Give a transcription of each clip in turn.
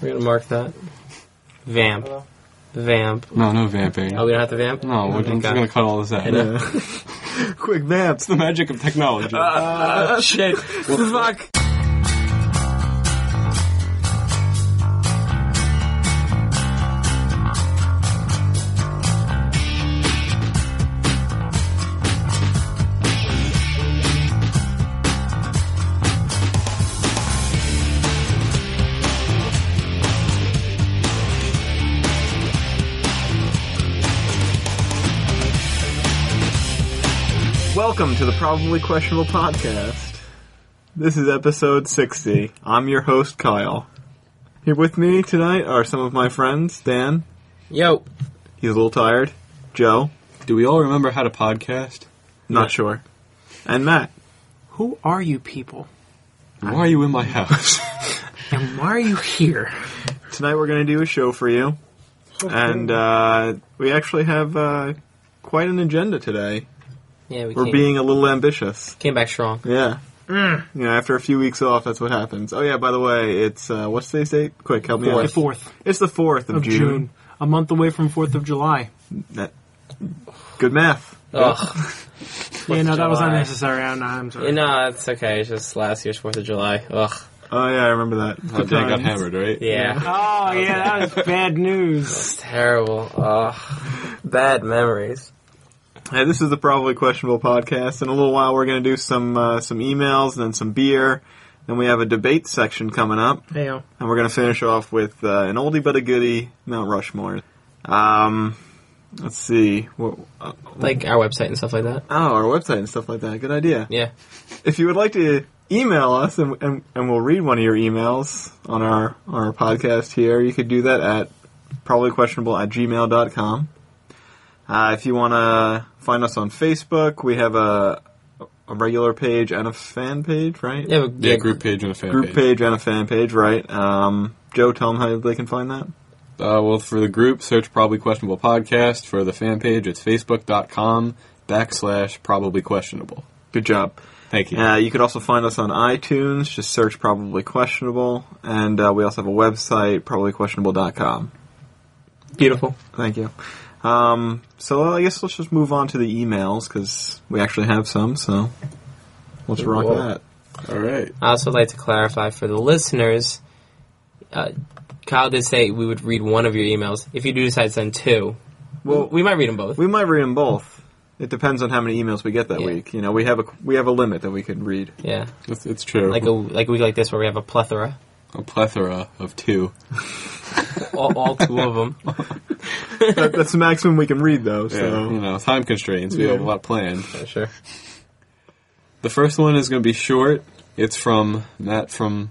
We're gonna mark that. Vamp. Vamp. No, no vamping. Oh, we don't have to vamp? No, we're just Okay. gonna cut all this out. Quick vamp. It's the magic of technology. Uh, Ah, shit. Fuck. Welcome to the Probably Questionable Podcast. This is episode 60. I'm your host, Kyle. Here with me tonight are some of my friends. Dan, Yo. he's a little tired. Joe, Do we all remember how to podcast? not sure. And Matt. Who are you people? Why are you in my house? And why are you here? Tonight we're going to do a show for you. And uh, we actually have uh, quite an agenda today. Yeah, we We're came, being a little ambitious. came back strong. Yeah. You know, after a few weeks off, that's what happens. Oh, yeah, by the way, it's, uh, what's today's date? Quick, help me the out. fourth It's the 4th of, of June. June. a month away from Fourth of July. That, good math. Ugh. yeah, no, that was July. unnecessary. I'm, I'm sorry. Yeah, no, it's okay. It's just last year's 4th of July. Ugh. Oh yeah, I remember that. How Dan got hammered, right? Yeah. Oh yeah, that was bad news. It's terrible. Ugh. Bad memories. Hey, this is the probably questionable podcast. In a little while, we're going to do some uh, some emails, and then some beer. Then we have a debate section coming up, Hey, yo. and we're going to finish off with uh, an oldie but a goodie, Mount Rushmore. Um, let's see. What, uh, Like our website and stuff like that. oh, our website and stuff like that. Good idea. Yeah. If you would like to email us, and, and, and we'll read one of your emails on our on our podcast here, you could do that at probablyquestionable at gmail.com. Uh, if you want to find us on Facebook, we have a, a regular page and a fan page, right? Yeah, but, Yeah, group page and a fan Group page and a fan page, right? Um, Joe, tell them how they can find that. Uh, well, for the group, search Probably Questionable Podcast. For the fan page, it's facebook.com backslash probably questionable. Good job. Thank you. Uh, you could also find us on iTunes. Just search Probably Questionable. And uh, we also have a website, probablyquestionable.com. Beautiful. Thank you. Um, so I guess let's just move on to the emails because we actually have some. So let's rock Cool. that. All right. I also like to clarify for the listeners. Uh, Kyle did say we would read one of your emails. If you do decide to send two, well, Well- we might read them both. We might read them both. It depends on how many emails we get that Yeah. week. You know, we have a we have a limit that we can read. yeah, It's, it's true. like a like a week like this where we have a plethora, a plethora of two. all, all two of them. that, that's the maximum we can read, though. Yeah, So you know, time constraints. We have a lot planned. sure. The first one is going to be short. It's from Matt from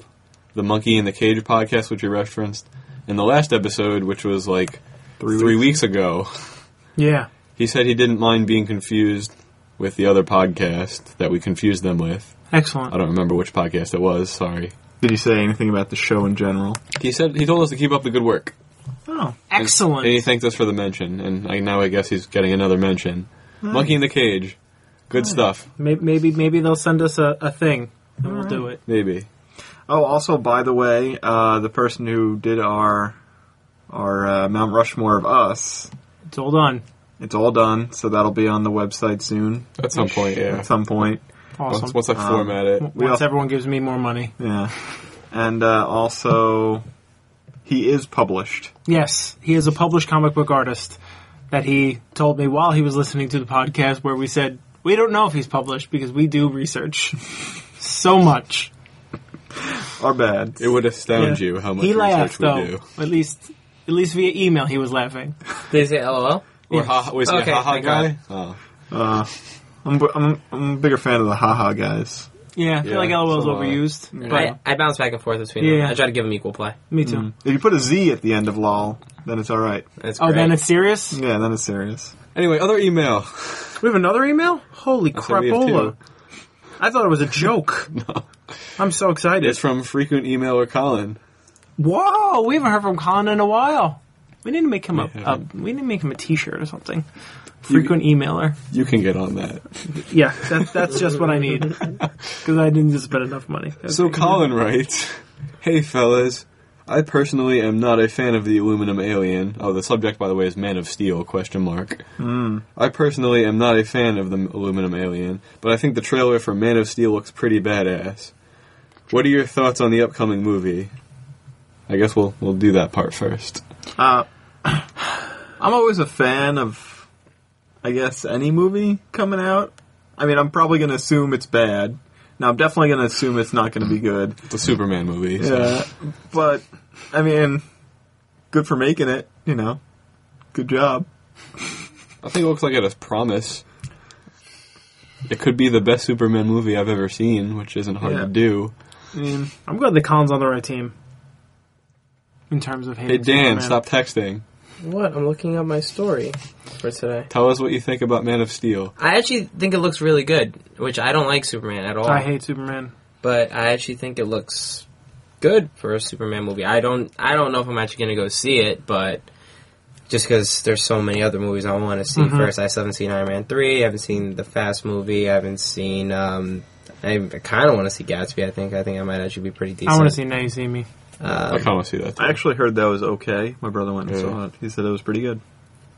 the Monkey in the Cage podcast, which we referenced in the last episode, which was like three, weeks. ago. Yeah, He said he didn't mind being confused with the other podcast that we confused them with. I excellent. don't remember which podcast it was. Sorry. did he say anything about the show in general? He said he told us to keep up the good work. Oh, Excellent. And he thanked us for the mention, and I, now I guess he's getting another mention. Hmm. Monkey in the Cage, good stuff. May- Maybe maybe they'll send us a, a thing and we'll do it. Maybe oh. Also, by the way, uh, the person who did our our uh, Mount Rushmore of us, It's all done. it's all done. So that'll be on the website soon at some point, yeah. at some point. Awesome. Once, once I format it, Once we also- everyone gives me more money. Yeah. And uh, also, he is published. Yes, he is a published comic book artist that he told me while he was listening to the podcast where we said, we don't know if he's published because we do research so much. Our bad. it would astound Yeah. you how much He laughed research we though. do. At least, at least via email, he was laughing. Did he say LOL? Or ha, was he Okay, a haha thank guy? Oh. Uh, I'm, I'm, I'm a bigger fan of the haha guys. Yeah, I feel Yeah, like LOL is so, uh, overused, but I, I bounce back and forth between Yeah. them. I try to give them equal play. me too. Mm. Um, If you put a Z at the end of lol, then it's alright. That's Oh, great. then it's serious. Mm. Yeah, then it's serious. Anyway, other email. We have another email. Holy said we have crapola! two. I thought it was a joke. I'm so excited. It's from frequent emailer Colin. Whoa, we haven't heard from Colin in a while. We need to make him a, We a haven't. we need to make him a T-shirt or something. Frequent emailer. You can get on that. Yeah, that, that's just what I need because I didn't just spend enough money. So Colin writes, "Hey fellas, I personally am not a fan of the aluminum alien. Oh, the subject, by the way, is Man of Steel? Question mark. I personally am not a fan of the aluminum alien, but I think the trailer for Man of Steel looks pretty badass. What are your thoughts on the upcoming movie? I guess we'll we'll do that part first. Uh, I'm always a fan of, I guess, any movie coming out. I mean, I'm probably going to assume it's bad. Now, I'm definitely going to assume it's not going to be good. The Superman movie. so- Yeah, but I mean, good for making it. You know, good job. I think it looks like it has promise. It could be the best Superman movie I've ever seen, which isn't hard Yeah. to do. I mean, I'm glad that Colin's on the right team. In terms of Hey hating Dan, Superman. stop texting. What? I'm looking up my story for today. Tell us what you think about Man of Steel. I actually think it looks really good, which I don't like Superman at all. I hate Superman. but I actually think it looks good for a Superman movie. I don't I don't know if I'm actually gonna go see it, but just because there's so many other movies I want to see Mhm. first. I still haven't seen Iron Man three. I haven't seen the Fast movie. I haven't seen. Um, I, I kind of want to see Gatsby. I think. I think I might actually be pretty decent. I want to see Now You See Me. I Um, kind of see that. I actually heard that was okay. My brother went and Yeah. saw it. He said it was pretty good,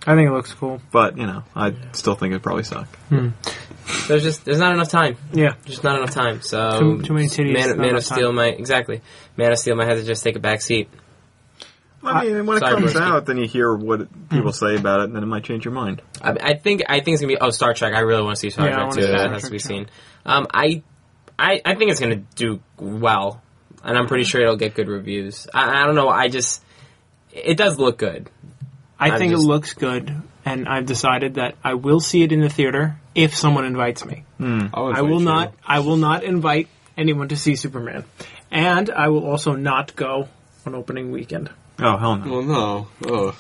I think it looks cool. but you know, I still think it probably sucked. there's just there's not enough time. Yeah. Just not enough time. So Too- too many titties, Man, not Man enough of Steel time. might exactly. Man of Steel might have to just take a back seat. I mean, when it Sorry, comes Brisky. out, then you hear what it- people say about it, and then it might change your mind. I, I think I think it's gonna be oh Star Trek. I really want to see Star Yeah, I Trek wanna too. see That Star has to Trek be too. seen. Um, I, I I think it's gonna do well, and I'm pretty sure it'll get good reviews. I, I don't know. I just it does look good. I I'm think just- it looks good, and I've decided that I will see it in the theater if someone invites me. would I fight will you. not. I will not invite anyone to see Superman, and I will also not go on opening weekend. Oh hell no! Well, no. Oh,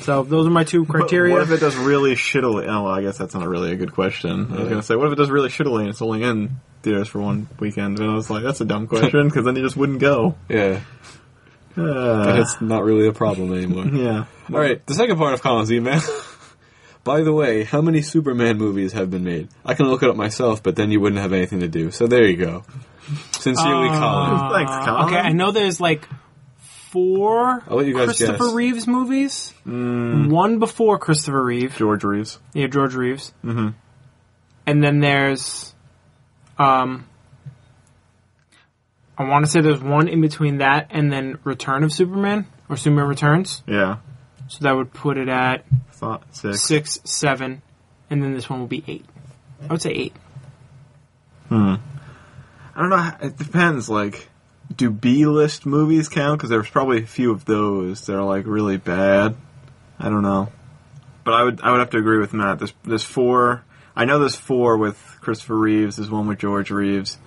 So those are my two criteria. What if it does really shittily? Oh, well, I guess that's not really a good question. I was gonna say, what if it does really shittily and it's only in theaters for one weekend? And I was like, that's a dumb question because then you just wouldn't go. yeah. Uh, That's not really a problem anymore. yeah. All right. The second part of Colin's email. By the way, how many Superman movies have been made? I can look it up myself, but then you wouldn't have anything to do. So there you go. Sincerely, Colin. Thanks, Uh, Colin. Okay, I know there's like four Um, I'll let you guys Christopher guess. Mm. Reeves movies. One before Christopher Reeve, George Reeves. yeah, George Reeves, mm-hmm. and then there's, um, I want to say there's one in between that and then Return of Superman or Superman Returns. Yeah. So that would put it at Thought six. six, seven, and then this one will be eight. I would say eight. Uh, I don't know. how- It depends. Like, do B list movies count? Because there's probably a few of those that are like really bad. I don't know. But I would I would have to agree with Matt. There's there's four. I know there's four with Christopher Reeves. There's one with George Reeves,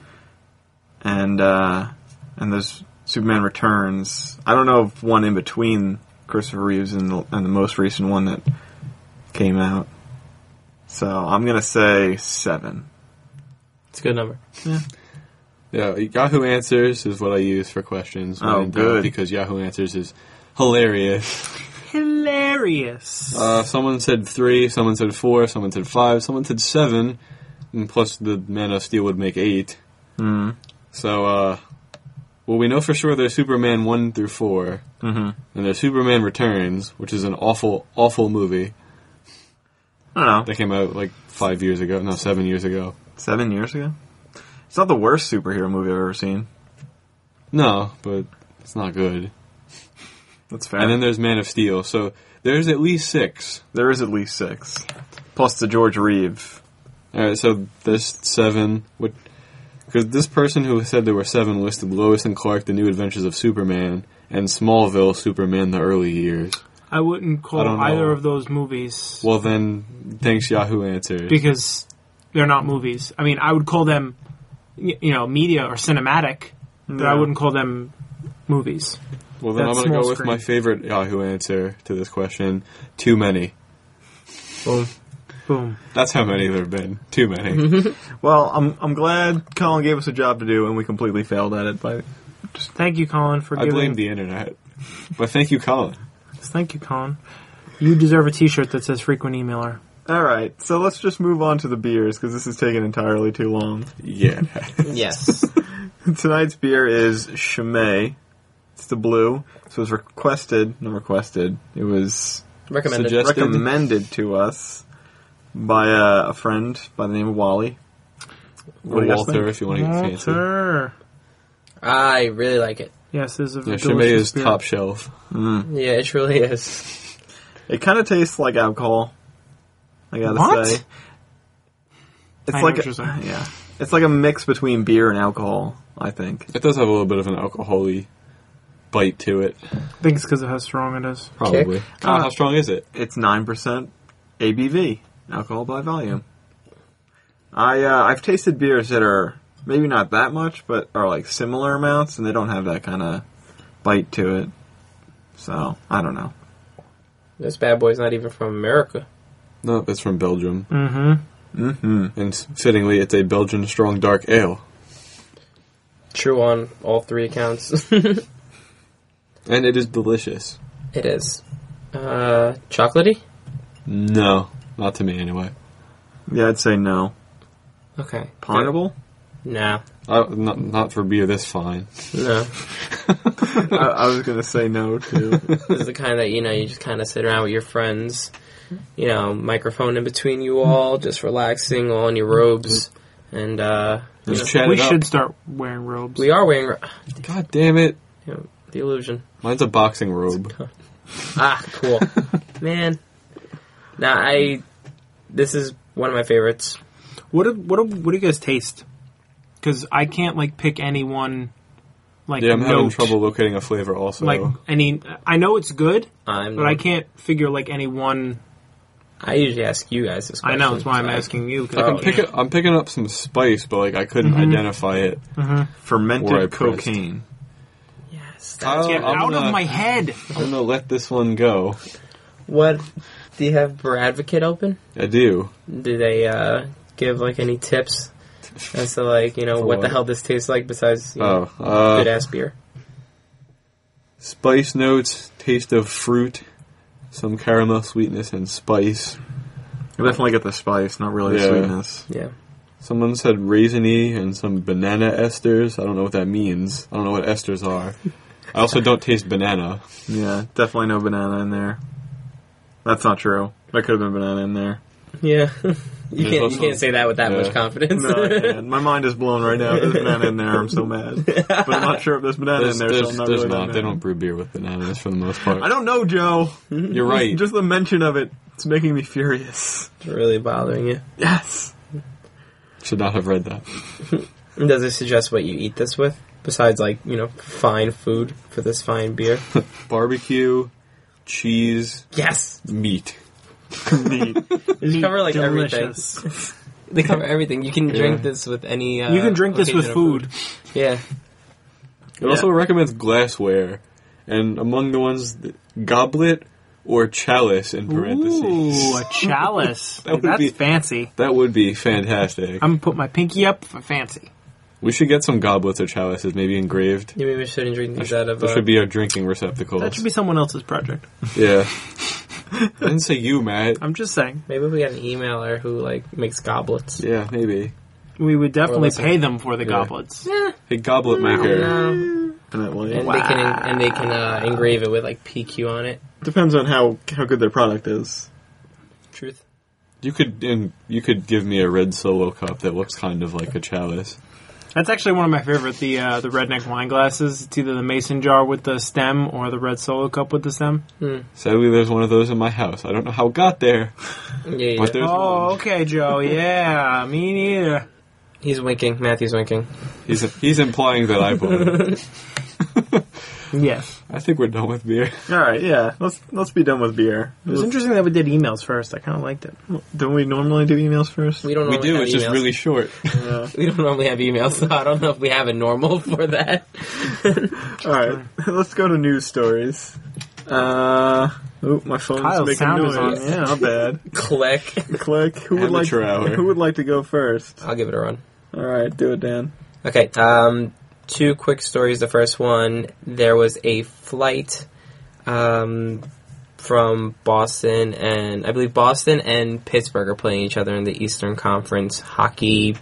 and uh, and there's Superman Returns. I don't know of one in between Christopher Reeves and the, and the most recent one that came out. So I'm gonna say seven. It's a good number. Yeah, Yahoo Answers is what I use for questions. when Oh, in doubt, good. Because Yahoo Answers is hilarious. Hilarious. Uh, someone said three, someone said four, someone said five, someone said seven, and plus the Man of Steel would make eight. Mm. So, uh, well, we know for sure there's Superman 1 through 4, Mhm. and there's Superman Returns, which is an awful, awful movie I don't know. that came out like five years ago, no, seven years ago. Seven years ago? It's not the worst superhero movie I've ever seen. No, but it's not good. That's fair. And then there's Man of Steel, so there's at least six. there is at least six. Plus the George Reeve. All right, so there's seven. What? Because this person who said there were seven listed Lois and Clark: The New Adventures of Superman and Smallville: Superman: The Early Years. I wouldn't call I don't know. either of those movies Well, then, thanks Yahoo Answers. because they're not movies. I mean, I would call them, y- you know, media or cinematic, but I Yeah. wouldn't call them movies. well, then I'm that's going to go small with screen. my favorite Yahoo answer to this question: too many. Boom. Boom. That's how many there've been. Too many. Well, I'm I'm glad Colin gave us a job to do and we completely failed at it by Thank you, Colin, for I giving. blame the internet. But thank you, Colin. Thank you, Colin. You deserve a T-shirt that says "frequent emailer." All right. So let's just move on to the beers cuz this is taking entirely too long. Yeah. Yes. Tonight's beer is Chimay. It's it's the blue. So it was requested, not requested. It was Recommended. Suggest- Suggested? recommended to us by a, a friend by the name of Wally. What Or do you guys Walter, think? if you want to get fancy. Yeah, Walter. I really like it. Yes, there's a Chimay delicious is beer. top shelf. Yeah, it truly is. It kind of tastes like alcohol. I gotta What? say, it's I know like what a- you're saying. yeah, it's like a mix between beer and alcohol. I think. It does have a little bit of an alcoholy bite to it, I think it's because of how strong it is. probably. Kick. Kyle, how strong is it? It's nine percent ABV, alcohol by volume. I uh, I've tasted beers that are maybe not that much, but are like similar amounts, and they don't have that kind of bite to it. So I don't know. This bad boy's not even from America. No, it's from Belgium. Mm-hmm. Hmm. And fittingly, it's a Belgian strong dark ale. True on all three accounts. it And it is delicious. is. Uh, chocolatey? No, not to me anyway. Yeah, I'd say no. Okay. Potable? No. I, Uh, not, not for beer this fine. No. I, I was gonna say no too. This is the kind that, you know, you just kind of sit around with your friends, you know, microphone in between you all, just relaxing, all in your robes. And, uh, you know, Just chat We it up. should start wearing robes. we are wearing ro- God damn it. you know, the illusion. Mine's a boxing robe. Ah, cool. Man. Now, I. This is one of my favorites. What do, what do, what do you guys taste? Because I can't like pick any one. Like Yeah, I'm having note. trouble locating a flavor also. Like any, I know it's good, I'm but I can't figure like any one. I usually ask you guys this I question. know that's why I'm so I- asking you. 'cause Oh, I can I Pick can't- a, I'm picking up some spice, but like I couldn't identify it. Where I Fermented pressed. cocaine. Yes. Kyle, That's Get I'm out gonna- of my head. I'm gonna let this one go. What do you have Bradvocate open? I do. Do they uh, give like any tips as to like you know For what, the what? hell this tastes like besides you know, Oh, uh, good ass beer? spice notes, taste of fruit, some caramel sweetness, and spice. I definitely get the spice, not really the Yeah. sweetness. Yeah, Someone said raisiny and some banana esters. I don't know what that means. I don't know what esters are. I also don't taste banana. Yeah, definitely no banana in there. That's not true. There could have been banana in there. yeah. you There's can't you also- can't say that with that yeah. much confidence. No, I can't. My mind is blown right now. There's banana in there. I'm so mad. But I'm not sure if there's banana There's, in there. there's, so I'm not there's really that not. They mad. don't brew beer with bananas for the most part. I don't know, Joe. You're right. Just the mention of it, it's making me furious. It's really bothering you. Yes. Should not have read that. And Does it suggest what you eat this with besides like you know fine food for this fine beer? Barbecue, cheese, yes, meat. Neat. they cover like Delicious. everything. They cover everything. You can drink Yeah. this with any. Uh, You can drink this with occasion of food. Yeah, It also recommends glassware, and among the ones, th- goblet or chalice in parentheses. Ooh, a chalice. That would That's be- fancy. That would be fantastic. I'm gonna put my pinky up for fancy. we should get some goblets or chalices, maybe engraved. you maybe shouldn't drink these out of. Those uh, should be our drinking receptacles. That should be someone else's project. yeah. I didn't say you, Matt. I'm just saying Maybe we got an emailer who like makes goblets. Yeah, maybe. we would definitely listen. pay them for the goblets. Hey, goblet maker. Um, Definitely. and they can and they can uh, engrave it with like PQ on it. Depends on how how good their product is. Truth. You could and you could give me a red solo cup that looks kind of like a chalice. That's actually one of my favorite. The uh, the redneck wine glasses. It's either the mason jar with the stem or the red solo cup with the stem. Sadly, there's one of those in my house. I don't know how it got there, Yeah, yeah, but yeah. there's Oh, one. okay, Joe. Yeah, me neither. He's winking. Matthew's winking. He's he's implying that I bought it. Yes. I think we're done with beer. All right. Yeah. Let's let's be done with beer. It was interesting that we did emails first. I kind of liked it. Don't we normally do emails first? We don't. We Normally do. Have It's emails. just really short. We don't normally have emails, so I don't know if we have a normal for that. All right. Let's go to news stories. Uh. Oop, my phone's Kyle's making sound noise. is on. Yeah, how bad. Click. Click. Who would like? Amateur hour. Who would like to go first? I'll give it a run. All right, do it, Dan. Okay. Um, two quick stories. The first one, there was a flight, um, from Boston and I believe Boston and Pittsburgh are playing each other in the Eastern Conference hockey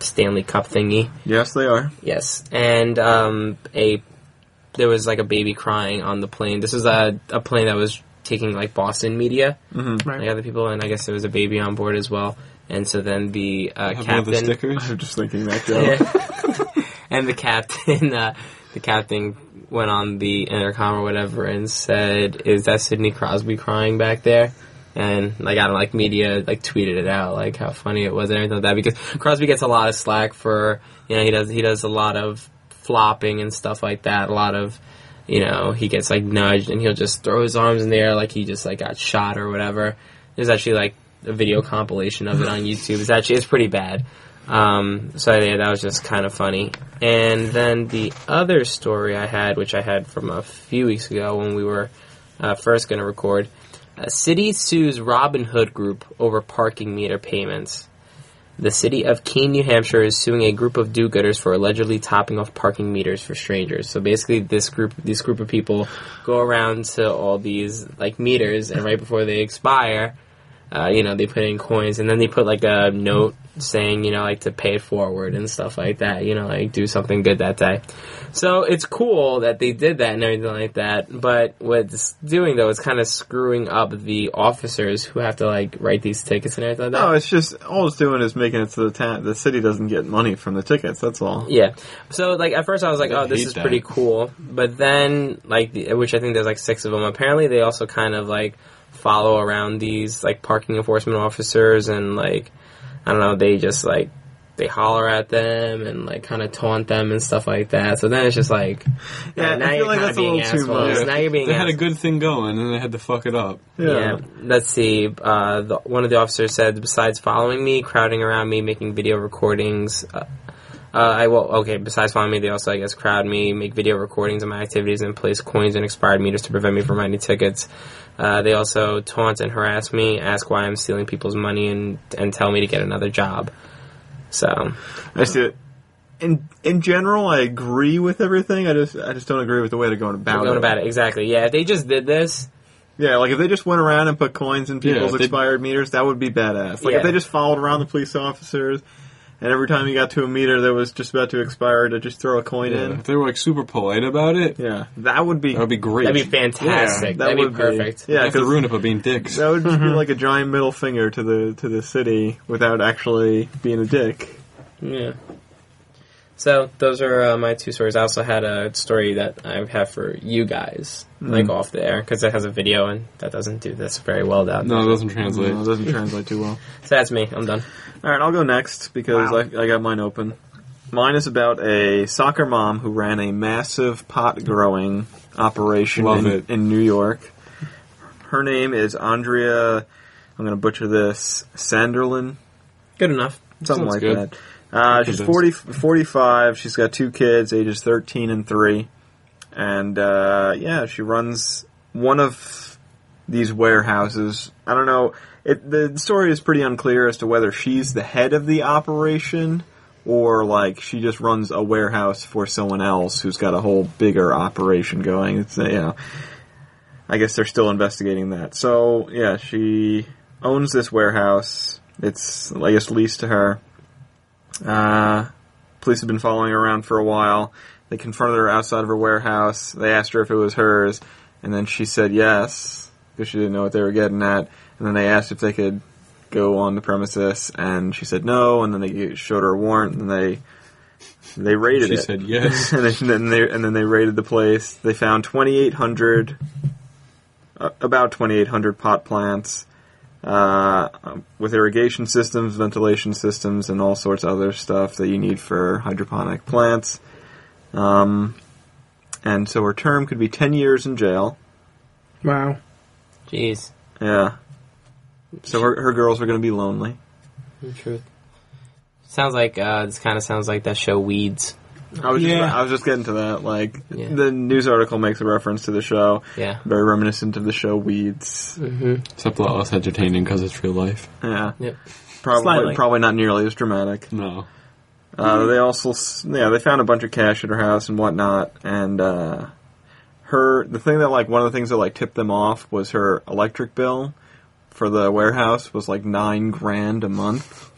Stanley Cup thingy. Yes, they are. Yes, and um, a there was like a baby crying on the plane. This is a a plane that was taking like Boston media, like Right. other people, and I guess there was a baby on board as well. And so then the uh, Have one of the captain stickers. I'm just thinking that joke. Yeah. and the captain, uh, the captain went on the intercom or whatever and said, "Is that Sidney Crosby crying back there?" And like I don't know, like media like tweeted it out like how funny it was and everything like that because Crosby gets a lot of slack for you know he does he does a lot of flopping and stuff like that a lot of you know he gets like nudged and he'll just throw his arms in the air like he just like got shot or whatever. There's actually like a video compilation of it on YouTube. It's actually it's pretty bad. Um, so yeah, that was just kind of funny. And then the other story I had, which I had from a few weeks ago when we were uh, first going to record, uh, city sues Robin Hood Group over parking meter payments. The city of Keene, New Hampshire, is suing a group of do-gooders for allegedly topping off parking meters for strangers. So basically, this group, this group of people, go around to all these like meters, and right before they expire, uh, you know, they put in coins, and then they put like a note saying, you know, like to pay it forward and stuff like that. You know, like do something good that day. So it's cool that they did that and everything like that. But what it's doing though is kind of screwing up the officers who have to like write these tickets and everything like that. No, it's just all it's doing is making it so the ta- the city doesn't get money from the tickets. That's all. Yeah. So like at first I was like, I oh, this hate is that. pretty cool, but then like the, which I think there's like six of them. Apparently they also kind of like follow around these like parking enforcement officers and like I don't know they just like they holler at them and like kind of taunt them and stuff like that. So then it's just like Yeah, now I you're feel like kinda that's a being little too assholes. much. Now you're being They had a ass- good thing going, and they had to fuck it up. yeah. Let's see. Uh, the, one of the officers said, besides following me, crowding around me, making video recordings. Uh, uh, I well, okay. Besides following me, they also, I guess, crowd me, make video recordings of my activities, and place coins and expired meters to prevent me from writing tickets. Uh, they also taunt and harass me, ask why I'm stealing people's money, and and tell me to get another job. So I see it. In in general, I agree with everything. I just I just don't agree with the way they're going about going it. about it exactly. Yeah, if they just did this, Yeah, like if they just went around and put coins in Yeah, people's they- expired meters, that would be badass. Like Yeah. if they just followed around the police officers, and every time you got to a meter that was just about to expire, to just throw a coin Yeah. in. If they were like super polite about it, Yeah, that would be that would be great. that'd be fantastic. that that'd would be perfect. Yeah, They have to because ruin it by being dicks. that would just be like a giant middle finger to the to the city without actually being a dick. Yeah. So those are uh, my two stories. I also had a story that I have for you guys, Mm-hmm. like off the air, because it has a video and that doesn't do this very well. Down. No, it doesn't No, translate. it doesn't translate too well. So that's me. I'm done. All right, I'll go next because Wow. I, I got mine open. Mine is about a soccer mom who ran a massive pot growing operation Love in, it. in New York. Her name is Andrea. I'm going to butcher this. Sanderlin, Good enough. something Sounds like good. that. Uh, she's convinced. 40, 45. She's got two kids, ages 13 and 3. And, uh, yeah, she runs one of these warehouses. I don't know. It, the story is pretty unclear as to whether she's the head of the operation or, like, she just runs a warehouse for someone else who's got a whole bigger operation going. It's, uh, you know. I guess they're still investigating that. So, yeah, she owns this warehouse. It's, I guess, leased to her. Uh, police have been following her around for a while. They confronted her outside of her warehouse. They asked her if it was hers, and then she said yes because she didn't know what they were getting at. And then they asked if they could go on the premises, and she said no. And then they showed her a warrant, and they they raided She it. said yes. and then they and then they raided the place. They found 2,800, uh, about 2,800 pot plants, uh, um, with irrigation systems, ventilation systems, and all sorts of other stuff that you need for hydroponic plants. Um, and so her term could be 10 years in jail. Wow. Jeez. Yeah. So her, her girls are going to be lonely. Truth. Sounds like uh, this. Kind of sounds like that show Weeds. I was just, Yeah. I was just getting to that. Like Yeah. the news article makes a reference to the show, Yeah. very reminiscent of the show Weeds. Except a lot less entertaining because it's real life. Yeah. Yep. Probably, Slightly. probably not nearly as dramatic. No. Uh, Mm-hmm. they also, s- yeah, they found a bunch of cash at her house and whatnot, and uh, her the thing that like one of the things that like tipped them off was her electric bill for the warehouse was like nine grand a month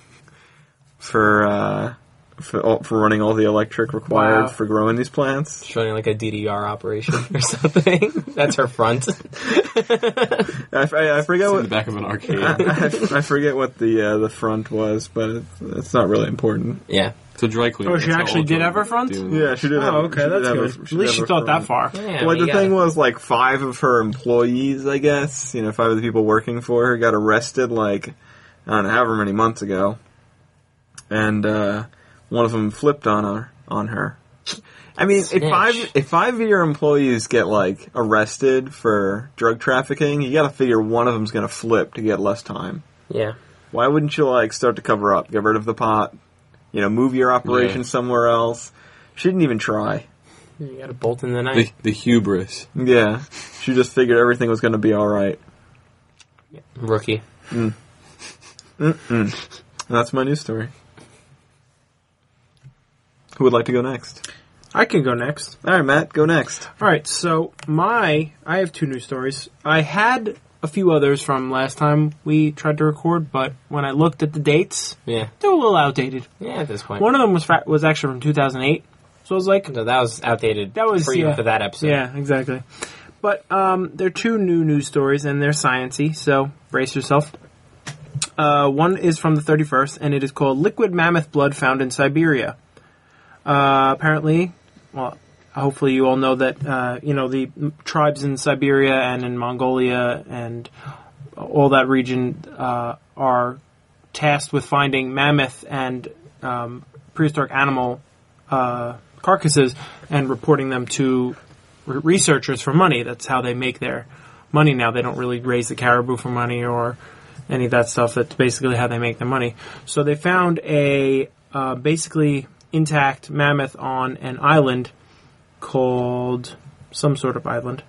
for uh, for, all- for running all the electric required Wow. for growing these plants. Showing like a DDR operation or something. That's her front. I, f- I- I forget in what the back of an arcade. I, f- I forget what the uh, the front was, but it's, it's not really important. Yeah. So dry cleaner. Oh, she that's how actually old did Jordan have her front? was doing it. Yeah, she did. have, Oh, okay, she did that's have a- good. At did least have she a thought that front. far. Oh, Yeah, well, we the got thing it. was like five of her employees, I guess, you know, five of the people working for her got arrested like I don't know, however many months ago, and uh, one of them flipped on her. On her. I mean, if Snitch. five if five of your employees get like arrested for drug trafficking, you got to figure one of them's going to flip to get less time. Yeah. Why wouldn't you like start to cover up, get rid of the pot, you know, move your operation Yeah. somewhere else? She didn't even try. You got a bolt in the The, night. the hubris. Yeah, she just figured everything was going to be all right. Rookie. And that's my news story. Who would like to go next? I can go next. All right, Matt, go next. All right, so my I have two news stories. I had a few others from last time we tried to record, but when I looked at the dates, Yeah. they were a little outdated. Yeah, at this point. One of them was fa- was actually from 2008, so I was like, so that was outdated. That was- for, even yeah. for that episode. yeah, exactly. But um, there are two new news stories, and they're sciency, so brace yourself. Uh, one is from the 31st, and it is called "Liquid Mammoth Blood Found in Siberia." Uh, apparently, well, hopefully you all know that uh, you know the m- tribes in Siberia and in Mongolia and all that region uh, are tasked with finding mammoth and um, prehistoric animal uh, carcasses and reporting them to re- researchers for money. That's how they make their money now. They don't really raise the caribou for money or any of that stuff. That's basically how they make their money. So they found a uh, basically intact mammoth on an island called some sort of island.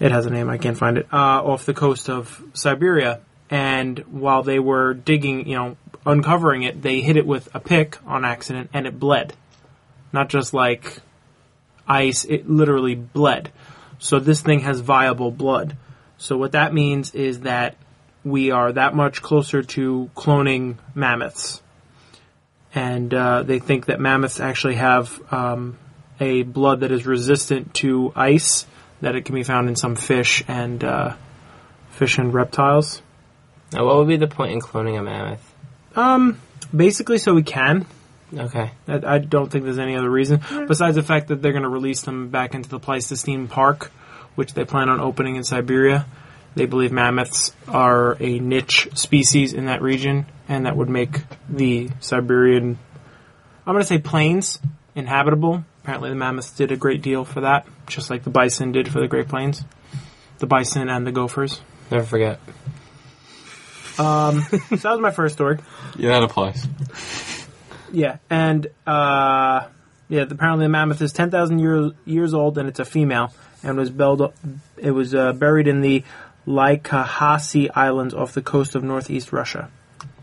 It has a name, I can't find it, uh, off the coast of Siberia. And while they were digging, you know, uncovering it, they hit it with a pick on accident and it bled not just like ice, it literally bled. So this thing has viable blood. So what that means is that we are that much closer to cloning mammoths. And uh, they think that mammoths actually have um, a blood that is resistant to ice, that it can be found in some fish and uh, fish and reptiles. Now, what would be the point in cloning a mammoth? Basically, so we can Okay. I, I don't think there's any other reason besides the fact that they're going to release them back into the Pleistocene Park, which they plan on opening in Siberia. They believe mammoths are a niche species in that region, and that would make the Siberian, I'm going to say plains, inhabitable. Apparently, the mammoths did a great deal for that, just like the bison did for the Great Plains. The bison and the gophers. Never forget. So that was my first story. Yeah, that applies. Yeah, and uh, yeah, apparently the mammoth is ten thousand years years old, and it's a female, and was belled, it was uh, buried in the Lyakahasi Islands off the coast of northeast Russia.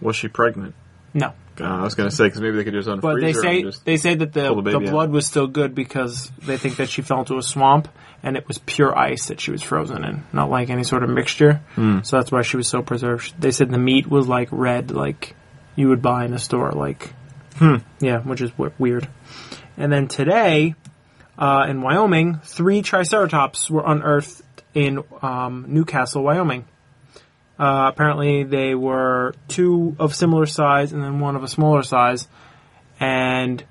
Was she pregnant? No, Uh, I was going to say because maybe they could just unfreeze but they her say and just they say that the pull the the, baby out. blood was still good because they think that she fell into a swamp and it was pure ice that she was frozen in, not like any sort of mixture. Hmm. So that's why she was so preserved. They said the meat was like red, like you would buy in a store, like Hmm. yeah, which is w- weird. And then today, uh, in Wyoming, three triceratops were unearthed in um, Newcastle, Wyoming. Uh, apparently, they were two of similar size and then one of a smaller size, and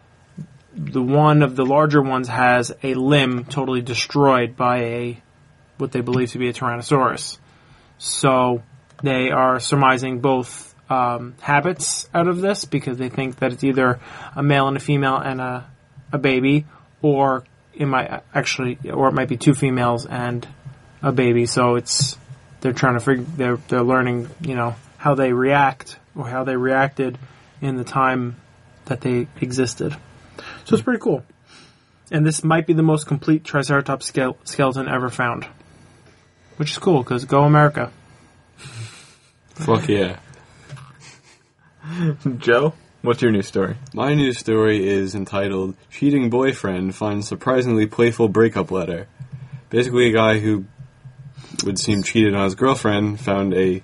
the one of the larger ones has a limb totally destroyed by a what they believe to be a tyrannosaurus. So they are surmising both um, habits out of this because they think that it's either a male and a female and a a baby, or it might actually, or it might be two females and a baby. So it's they're trying to figure they're they're learning you know how they react or how they reacted in the time that they existed. So it's pretty cool. And this might be the most complete Triceratops skele- skeleton ever found, which is cool because go America. Fuck yeah. Joe, what's your news story? My news story is entitled Cheating Boyfriend Finds Surprisingly Playful Breakup Letter. Basically, a guy who would seem cheated on his girlfriend found a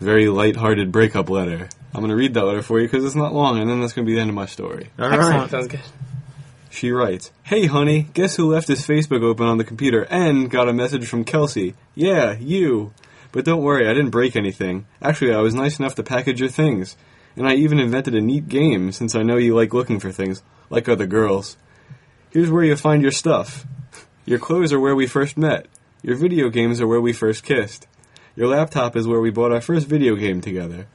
very light-hearted breakup letter I'm going to read that letter for you because it's not long, and then that's going to be the end of my story. All right. Excellent. Sounds good. She writes, Hey honey, guess who left his Facebook open on the computer and got a message from Kelsey? Yeah, you. But don't worry, I didn't break anything. Actually, I was nice enough to package your things. And I even invented a neat game since I know you like looking for things, like other girls. Here's where you find your stuff. Your clothes are where we first met. Your video games are where we first kissed. Your laptop is where we bought our first video game together.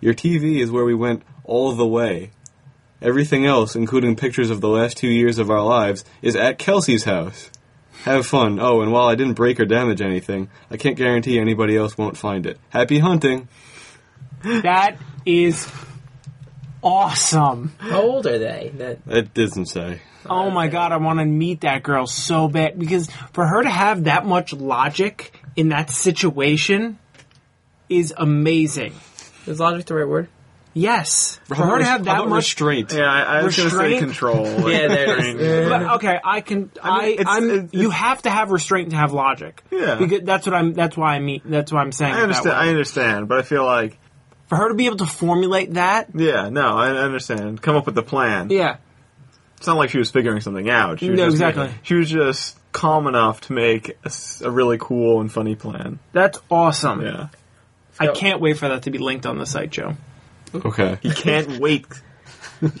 Your TV is where we went all the way. Everything else, including pictures of the last two years of our lives, is at Kelsey's house. Have fun. Oh, and while I didn't break or damage anything, I can't guarantee anybody else won't find it. Happy hunting. That is awesome. How old are they? That It doesn't say. Oh my god, I want to meet that girl so bad because for her to have that much logic in that situation is amazing. is logic the right word? Yes, for her to have How that about much. restraint. Yeah, I, I was going to say Restraint? control. Yeah, there it is. But, okay, I can. I mean, I, it's- I am it's- you have to have restraint to have logic. Yeah. because that's what I'm. That's why I mean. That's why I'm saying. I it that understand. I way. understand, but I feel like for her to be able to formulate that. yeah, no, I I understand. Come up with a plan. Yeah, It's not like she was figuring something out. She was No, just, exactly. She was just calm enough to make a, s- a really cool and funny plan. that's awesome. Yeah, I can't wait for that to be linked on the site, Joe. Okay. you can't wait.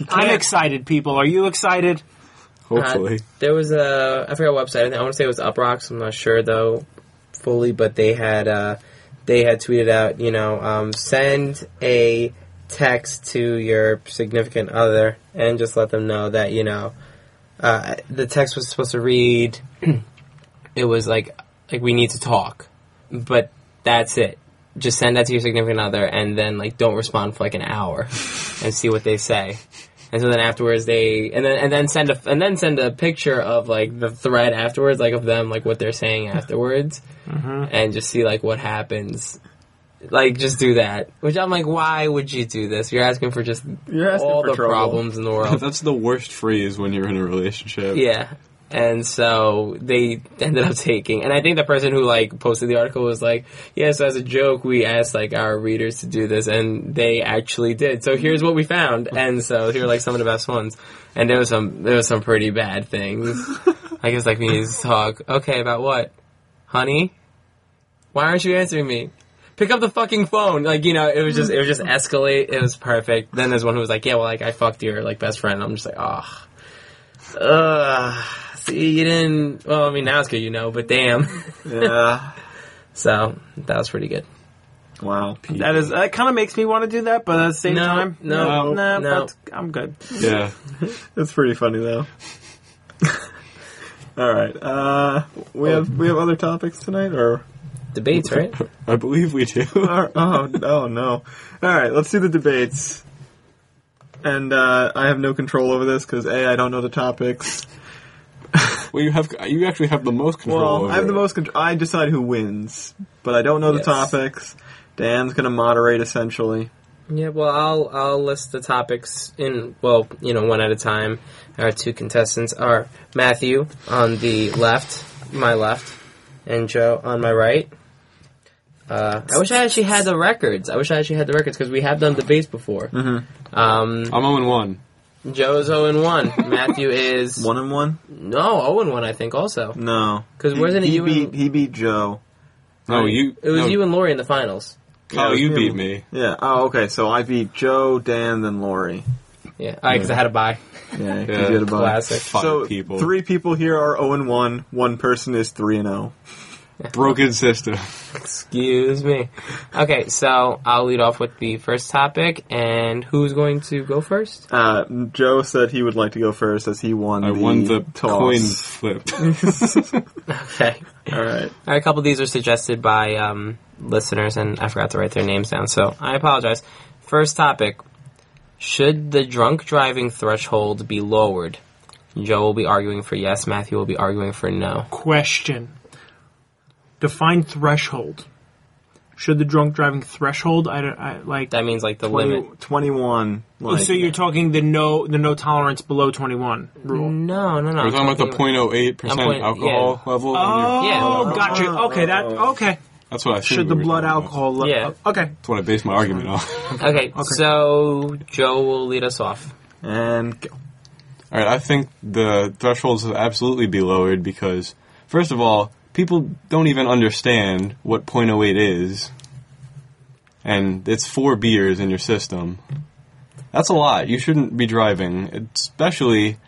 I'm excited, people. Are you excited? Hopefully. Uh, there was a I forgot what website. I, think, I want to say it was Uproxx. I'm not sure though fully, but they had uh, they had tweeted out, you know, um, send a text to your significant other and just let them know that you know uh, the text was supposed to read. it was like like we need to talk, but that's it. Just send that to your significant other and then like don't respond for like an hour and see what they say. And so then afterwards they and then and then send a and then send a picture of like the thread afterwards, like of them, like what they're saying afterwards, and just see like what happens. Like just do that. Which I'm like, why would you do this? You're asking for just You're asking all for the trouble. problems in the world. That's the worst phrase when you're in a relationship. yeah. And so they ended up taking, and I think the person who like posted the article was like, "Yeah, so as a joke, we asked like our readers to do this, and they actually did. So here's what we found." And so here are like some of the best ones, and there was some there was some pretty bad things. I guess like we need to talk. Okay, about what, honey? Why aren't you answering me? Pick up the fucking phone. Like you know, it was just it was just escalate. It was perfect. Then there's one who was like, "Yeah, well, like I fucked your like best friend." I'm just like, "Ah." Ugh. See, you didn't. Well, I mean, now it's good, you know, but damn. Yeah. so, that was pretty good. wow. That is that kind of makes me want to do that, but at the same No, time, no, no, no. that's- I'm good. Yeah. That's pretty funny though. All right. Uh, we have we have other topics tonight, or Debates, right? I believe we do. All right. oh, oh no! All right, let's do the debates. And uh, I have no control over this because a I don't know the topics. well, you have you actually have the most control Well, over I have the it. most control. I decide who wins, but I don't know Yes. the topics. Dan's gonna moderate essentially. yeah, well, I'll, I'll list the topics in, well, you know, one at a time. Our two contestants are Matthew on the left, my left, and Joe on my right. Uh, I wish I actually had the records. I wish I actually had the records because we have done debates before. Um, I'm 0 1. Joe's 0 and 1. Matthew is. One and one? No, 0 and 1, I think, also. No, Because wasn't it he you beat and. he beat Joe. No, you. It was no, you and Lori in the finals. Yeah, it Kyle, was you him. beat me. Yeah. Oh, okay. So I beat Joe, Dan, then Lori. Yeah, because I had a buy. Yeah, you Yeah. did a bye. Classic. Five So people. three people here are zero and one. One person is three and oh. zero. Broken system. Excuse me. Okay, so I'll lead off with the first topic, and who's going to go first? Uh, Joe said he would like to go first as he won. I the won the coin toss. flip. Okay. All right. All right, a couple of these are suggested by um, listeners, and I forgot to write their names down, so I apologize. First topic Should the drunk driving threshold be lowered? Joe will be arguing for yes, Matthew will be arguing for no. Question: Define threshold. Should the drunk driving threshold? I, don't- I like. That means like the limit. Twenty- Twenty-one. Oh, Like, so you're talking the no the no tolerance below 21 rule. No, no, no. We're I'm talking about the thinking- 0.08% I'm point- alcohol level. and you- Oh, Yeah. Hmm. gotcha. Okay, that okay. That's what I assumed Should the we were blood talking about. alcohol? Lo- Yeah. Okay. That's what I based my argument on. Okay, so Joe will lead us off. And go. All right, I think the thresholds have absolutely be lowered because, first of all, people don't even understand what .08 is, and it's four beers in your system. That's a lot. You shouldn't be driving, especially.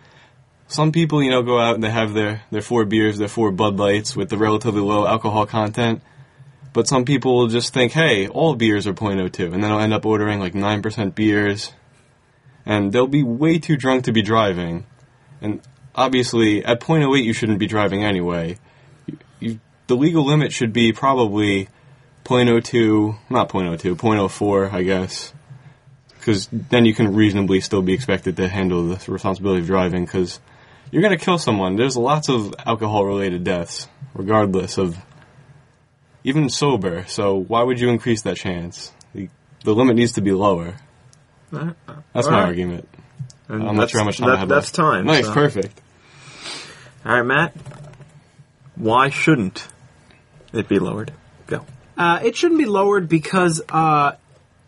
Some people, you know, go out and they have their, their four beers, their four Bud Lights with the relatively low alcohol content. But some people will just think, hey, all beers are .02, and then they'll end up ordering like 9% beers, and they'll be way too drunk to be driving. And obviously, at .08, you shouldn't be driving anyway. You, you, the legal limit should be probably .02, not .02, .04, I guess. Because then you can reasonably still be expected to handle the responsibility of driving, because you're going to kill someone. There's lots of alcohol related deaths, regardless of even sober, so why would you increase that chance? The, the limit needs to be lower. That's my Alright. argument. uh, And I'm not sure how much time I have That's left. time. Nice, so. perfect. All right, Matt. Why shouldn't it be lowered? Go. Uh, it shouldn't be lowered because uh,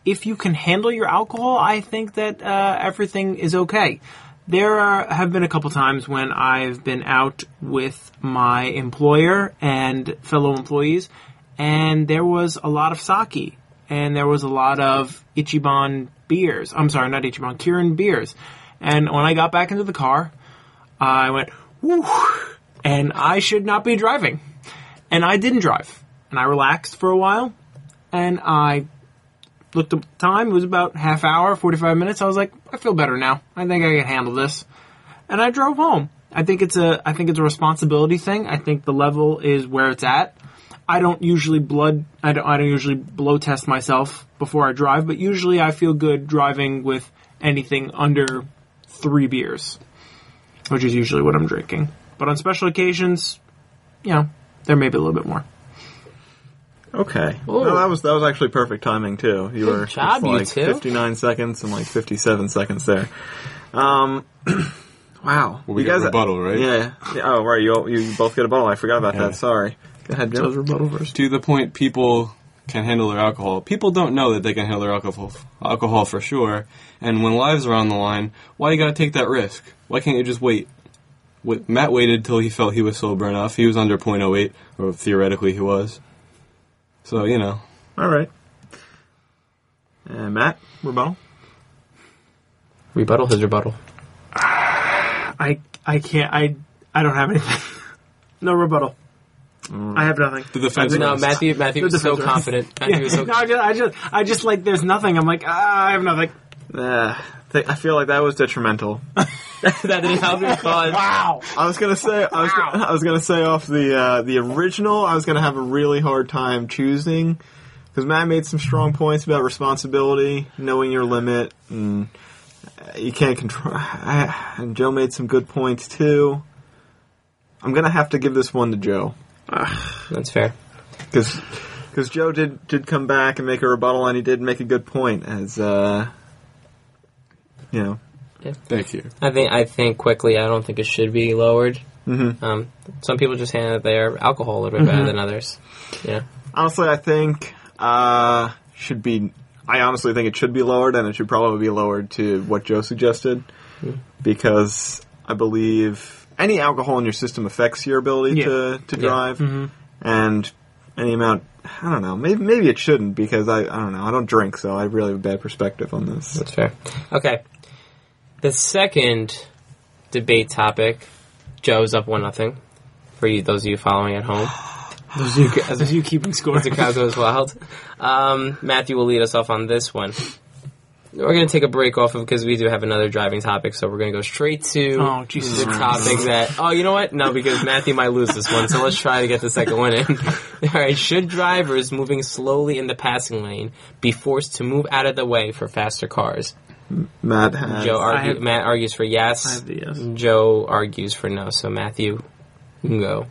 if you can handle your alcohol, I think that uh, everything is okay. There are, have been a couple times when I've been out with my employer and fellow employees, and there was a lot of sake, and there was a lot of Ichiban beers. I'm sorry, not Ichiban, Kirin beers. And when I got back into the car, I went, whew, and I should not be driving and I didn't drive. And I relaxed for a while, and I looked at the time. It was about half hour, forty five minutes. I was like, I feel better now. I think I can handle this. And I drove home. I think it's a I think it's a responsibility thing. I think the level is where it's at. I don't usually blood I don't I don't usually blow test myself before I drive, but usually I feel good driving with anything under three beers, which is usually what I'm drinking. But on special occasions, you know, there may be a little bit more. Okay. Ooh. Well, that was that was actually perfect timing too. You were job, it's you like two. 59 seconds and like 57 seconds there. Um, wow. Well, we got rebuttal, right? Yeah. Yeah, Oh, right. You all- you both get a bottle. I forgot about Yeah. that. Sorry. Go ahead, Joe. rebuttal first. To the point, people can handle their alcohol. People don't know that they can handle their alcohol, alcohol for sure. And when lives are on the line, why you gotta take that risk? Why can't you just wait? Wait- Matt waited till he felt he was sober enough. He was under .08, or theoretically he was. So you know, All right. And Uh, Matt, rebuttal. Rebuttal his rebuttal. I I can't I I don't have anything. no rebuttal. Mm. I have nothing. the defense. No, first. Matthew. Matthew was so defense rest. confident. Matthew was so. no, I just, I just I just like there's nothing. I'm like ah, I have nothing. Uh, th- I feel like that was detrimental. that didn't help your cause. Wow. I was gonna say I was gonna, I was gonna say off the uh, the original. I was gonna have a really hard time choosing because Matt made some strong points about responsibility, knowing your limit, and uh, you can't control. I, and Joe made some good points too. I'm gonna have to give this one to Joe That's fair. because Joe did did come back and make a rebuttal, and he did make a good point as uh, you know. Thank you. I think. I think quickly. I don't think it should be lowered. Mm-hmm. Um, some people just handle their alcohol a little bit Mm-hmm. better than others. Yeah. Honestly, I think uh, should be. I honestly think it should be lowered, and it should probably be lowered to what Joe suggested, because I believe any alcohol in your system affects your ability Yeah. to to Yeah. drive, and any amount. I don't know. Maybe maybe it shouldn't because I I don't know. I don't drink, so I really have a bad perspective on this. That's fair. Okay. The second debate topic, Joe's up one nothing. For you, those of you following at home, Those you those you keeping score. the crowd goes wild. Um, Matthew will lead us off on this one. We're gonna take a break off of because we do have another driving topic, so we're gonna go straight to Oh, Jesus the Christ. topic that. Oh, you know what? No, because Matthew might lose this one, so let's try to get the second one in. All right, should drivers moving slowly in the passing lane be forced to move out of the way for faster cars? Matt has Joe argue, have- Matt argues for yes. I have Mm. the yes. Joe argues for no. So Matthew, you can go.